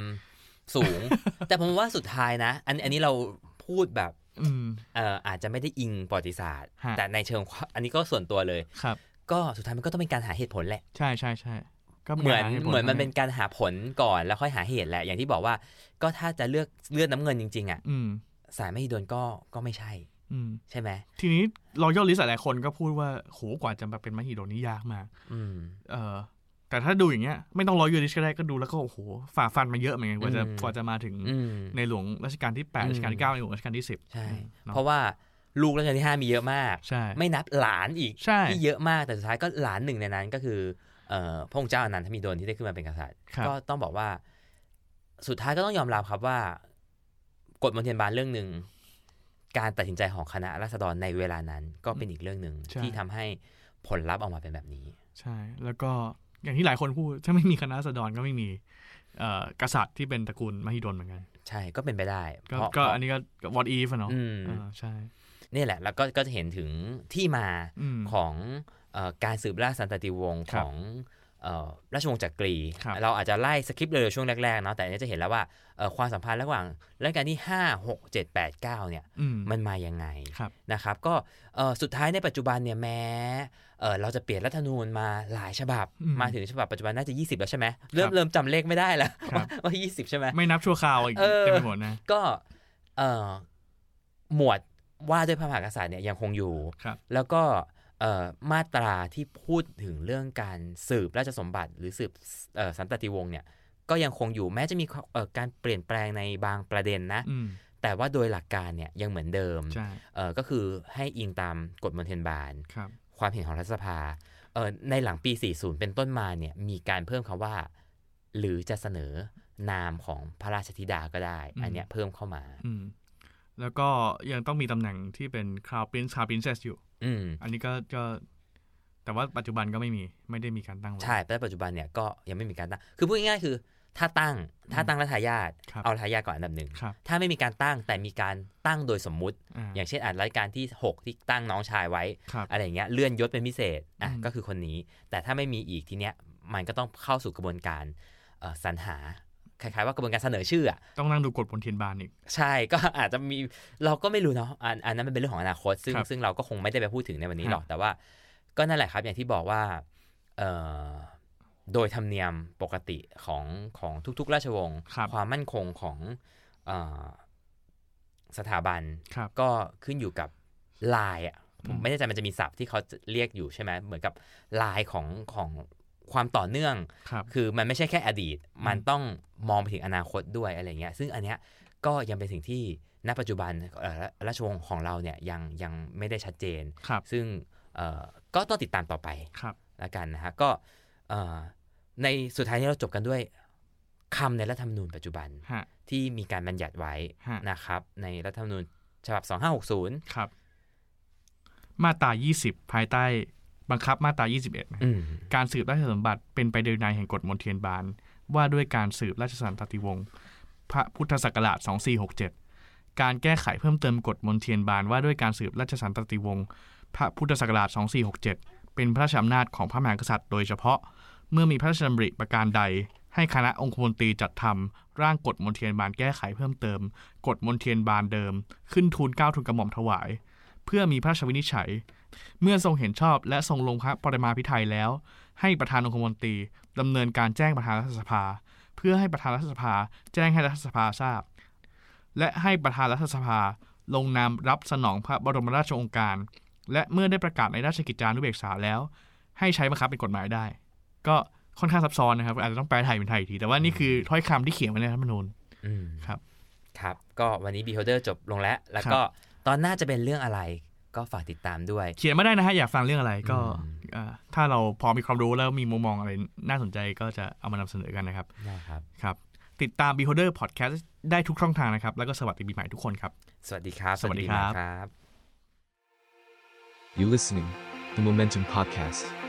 Speaker 3: สู ง แต่ผมว่าสุดท้ายนะ อันอันนี้เราพูดแบบ
Speaker 4: อืม
Speaker 3: เอ่ออาจจะไม่ได้อิงประวัติศาสตร์
Speaker 4: ฮะ
Speaker 3: แต่ในเชิงความอันนี้ก็ส่วนตัวเลย
Speaker 4: ครับ
Speaker 3: ก็สุดท้ายมันก็ต้องเป็นการหาเหตุผลแหละ
Speaker 4: ใช่ใช่ใช่ก็
Speaker 3: เหมือน
Speaker 4: ารผล
Speaker 3: เหมือนมันเป็นการหาผลก่อนแล้วค่อยหาเหตุแหละ อย่างที่บอกว่า ก็ถ้าจะเลือกเลือดน้ำเงินจริงๆอ่ะ
Speaker 4: อืม
Speaker 3: สายไม่โดนก็ก็ไม่ใช่
Speaker 4: อืม
Speaker 3: ใช่ไหม
Speaker 4: ทีนี้รอยย่อลิสหลายๆคนก็พูดว่าโหกว่าจะมาเป็นมหิดลนี่ยากมาก
Speaker 3: อืม
Speaker 4: เออ แต่ถ้าดูอย่างเงี้ย ไม่ต้องรอยย่อลิสก็ได้ก็ดูแล้วก็โอ้โหฝ่าฟันมาเยอะเหมือนกันกว่าจะ
Speaker 3: อืม
Speaker 4: กว่าจะมาถึง
Speaker 3: อืม
Speaker 4: ในหลวงรัชกาลที่
Speaker 3: อืม
Speaker 4: 8รัชกาลที่9ในหลวงรัชกาลที่ 10
Speaker 3: ใช่
Speaker 4: เนอ
Speaker 3: เพราะว่าลูกรัชกาลที่ห้ามีเยอะมาก
Speaker 4: ใช่
Speaker 3: ไม่นับหลานอีก
Speaker 4: ใช่
Speaker 3: ที่เยอะมากแต่สุดท้ายก็หลานหนึ่งในนั้นก็คือเอ่อพระองค์เจ้าอนันทมิดลที่ได้ขึ้นมาเป็นกษัตริย์
Speaker 4: ครับ
Speaker 3: ก็ต้องบอกว่า สุดท้ายก็ต้องยอมรับครับว่ากฎมนเทียนบานเรื่องหนึ่งการตัดสินใจของคณะราษฎรในเวลานั้น ก็เป็นอีกเรื่องหนึ่งที่ทำให้ผลลัพธ์ออกมาเป็นแบบนี้
Speaker 4: ใช่ แล้วก็อย่างที่หลายคนพูด ถ้าไม่มีคณะสดรก็ไม่มีเอ่อกษัตริย์ที่เป็นตระกูลมหิดลเหมือนกัน
Speaker 3: ใช่ก็เป็นไปได้
Speaker 4: ก็
Speaker 3: เพราะ
Speaker 4: ก็
Speaker 3: เพราะ
Speaker 4: อันนี้ก็วอตอีฟเนาะ
Speaker 3: อืม
Speaker 4: อ่าใช่
Speaker 3: เนี่ยแหละ แล้วก็ก็จะเห็นถึงที่มา
Speaker 4: อืม
Speaker 3: ของเออการสืบราชสันตติวงศ์
Speaker 4: ค
Speaker 3: ข
Speaker 4: รับ
Speaker 3: องเอ่อราชวงศ์จักรี
Speaker 4: ครับ
Speaker 3: เราอาจจะไล่สคริปต์เลยช่วงแรกๆเนาะแต่อันนี้จะเห็นแล้วว่าเอ่อความสัมพันธ์ระหว่างรัชกาลที่ 5 6 7 8 9เนี่ย
Speaker 4: อืม
Speaker 3: มันมายังไง
Speaker 4: ครับ
Speaker 3: นะครับก็เอ่อสุดท้ายในปัจจุบันเนี่ยแม้เอ่อเราจะเปลี่ยนรัฐธรรมนูญมาหลายฉบับ
Speaker 4: อืม
Speaker 3: มาถึงฉบับปัจจุบันน่าจะ 20 แล้วใช่ไหมเริ่มเริ่มจำเลขไม่ได้แล้ว
Speaker 4: ครับ
Speaker 3: ว่า 20 ใช่ไหม
Speaker 4: ไม่นับชั่วคราวอีก
Speaker 3: เออ
Speaker 4: เต็มไปหมดนะ
Speaker 3: ก็เอ่อหมวดว่าด้วยพระมหากษัตริย์เนี่ยยังคงอยู่
Speaker 4: ครับ
Speaker 3: แล้วก็เอ่อมาตราที่พูดถึงเรื่องการสืบราชสมบัติ หรือสืบเอ่อสันตติวงศ์เนี่ยก็ยังคงอยู่แม้จะมีข้อเอ่อการเปลี่ยนแปลงในบางประเด็นนะ
Speaker 4: อืม
Speaker 3: แต่ว่าโดยหลักการเนี่ยยังเหมือนเดิม
Speaker 4: ใช่
Speaker 3: เอ่อก็คือให้อิงตามกฎมนเทียนบาน
Speaker 4: ครับ
Speaker 3: ความเห็นของรัฐสภาเอ่อในหลังปี 40 เป็นต้นมาเนี่ยมีการเพิ่มคำว่า หรือจะเสนอนามของพระราชธิดาก็ได้
Speaker 4: อืม
Speaker 3: อันเนี้ยเพิ่มเข้ามา
Speaker 4: อืมแล้วก็ยังต้องมีตำแหน่งที่เป็นคราว r i น c ์คราว r i นเซสอยู่
Speaker 3: อืม
Speaker 4: อันนี้ก็ก็ แต่ว่าปัจจุบันก็ไม่มีไม่ได้มีการตั้งไว้
Speaker 3: ใช่แต่ปัจจุบันเนี่ยก็ยังไม่มีการตั้ง คือพูดง่ายๆคือ ถ้าตั้ง ถ้าตั้งรัฐายาท
Speaker 4: ครับ
Speaker 3: เอารัฐายาทก่อนอันดับหนึ่ง
Speaker 4: ครับ
Speaker 3: ถ้าไม่มีการตั้งแต่มีการตั้งโดยสมมุติ
Speaker 4: อ่า
Speaker 3: อย่างเช่นอาจรายการที่ 6 ที่ตั้งน้องชายไว้
Speaker 4: ครับ
Speaker 3: อะไรอย่างเงี้ยเลื่อนยศเป็นพิเศษ อ่ะ
Speaker 4: อืม
Speaker 3: ก็คือคนนี้ แต่ถ้าไม่มีอีกทีเนี้ย มันก็ต้องเข้าสู่กระบวนการเอ่อสรรหา คล้ายๆว่ากระบวนการเสนอชื่ออะ
Speaker 4: ต้องนั่งดูกฎบนเทียนบานอีก
Speaker 3: ใช่ ก็อาจจะมีเราก็ไม่รู้เนาะอันอันนั้นมันเป็นเรื่องของอนาคต ซึ่ง
Speaker 4: ครับ
Speaker 3: ซึ่งเราก็คงไม่ได้ไปพูดถึงในวันนี้หรอก แต่ว่า ก็นั่นแหละครับ อย่างที่บอกว่าเอ่อโดยธรรมเนียมปกติของของทุกๆ ราชวงศ์
Speaker 4: ครับ
Speaker 3: ความมั่นคงของเอ่อสถาบัน
Speaker 4: ครับ
Speaker 3: ก็ขึ้นอยู่กับลายอ่ะผ
Speaker 4: อื
Speaker 3: ม
Speaker 4: ม
Speaker 3: ไม่แน่ใจมันจะมีศัพท์ที่เขาเรียกอยู่ใช่ไหมเหมือนกับลายของของความต่อเนื่อง
Speaker 4: ครับ
Speaker 3: คือมันไม่ใช่แค่อดีต มันต้องมองไปถึงอนาคตด้วยอะไรเงี้ย ซึ่งอันเนี้ยก็ยังเป็นสิ่งที่ณปัจจุบันเอ่อราชวงศ์ของเราเนี่ยยังยังไม่ได้ชัดเจน
Speaker 4: ครับ
Speaker 3: ซึ่งเอ่อก็ต้องติดตามต่อไป
Speaker 4: ครับ
Speaker 3: ละกันนะฮะ ก็เอ่อในสุดท้ายนี้เราจบกันด้วยคำในรัฐธรรมนูญปัจจุบัน
Speaker 4: ฮะ
Speaker 3: ที่มีการบัญญัติไว้
Speaker 4: ฮะ
Speaker 3: นะครับ ในรัฐธรรมนูญฉบับ 2560
Speaker 4: ครับ มาตรา 20 ภายใต้บังคับมาตรา 21นะ
Speaker 3: อืม
Speaker 4: การสืบราชสมบัติเป็นไปโดยในแห่งกฎมนเทียนบาน ว่าด้วยการสืบราชสันตติวงศ์พระพุทธศักราช 2467 การแก้ไขเพิ่มเติมกฎมนเทียนบานว่าด้วยการสืบราชสันตติวงศ์พระพุทธศักราช 2467 เป็นพระราชอำนาจของพระมหากษัตริย์โดยเฉพาะ เมื่อมีพระราชดำริประการใด ให้คณะองคมนตรีจัดทำร่างกฎมนเทียนบานแก้ไขเพิ่มเติม กฎมนเทียนบานเดิม ขึ้นทูลเกล้าทูลกระหม่อมถวาย เพื่อมีพระราชวินิจฉัย เมื่อทรงเห็นชอบและทรงลงพระปรมาภิไธยแล้ว ให้ประธานองคมนตรีดำเนินการแจ้งประธานรัฐสภา เพื่อให้ประธานรัฐสภาแจ้งให้รัฐสภาทราบ และให้ประธานรัฐสภาลงนามรับสนองพระบรมราชโองการ และเมื่อได้ประกาศในราชกิจจานุเบกษาแล้ว ให้ใช้บังคับเป็นกฎหมายได้ ก็ค่อนข้างซับซ้อนนะครับอาจจะต้องแปลไทยเป็นไทยอีกทีแต่ว่านี่คือถ้อยคำที่เขียนไว้ในรัฐธรรมนูญ
Speaker 3: อืม
Speaker 4: ครับ
Speaker 3: ครับ ก็วันนี้ Beholder จบลงแล้ว แล้วก็ตอนหน้าจะเป็นเรื่องอะไร ก็ฝากติดตามด้วย
Speaker 4: เขียนมาได้นะฮะ อยากฟังเรื่องอะไรก็
Speaker 3: อืม
Speaker 4: อ่าถ้าเราพอมีความรู้แล้วมีมุมมองอะไรน่าสนใจก็จะเอามานำเสนอกันนะครับ
Speaker 3: นะครับ
Speaker 4: ครับ ติดตาม Beholder Podcast ได้ทุกช่องทางนะครับ แล้วก็สวัสดีปีใหม่ทุกคนครับ
Speaker 3: สวัสดีครับ
Speaker 4: สวัสดี
Speaker 3: ปีใหม่
Speaker 4: ครับ
Speaker 3: ครับ
Speaker 1: You listening, the Momentum Podcast.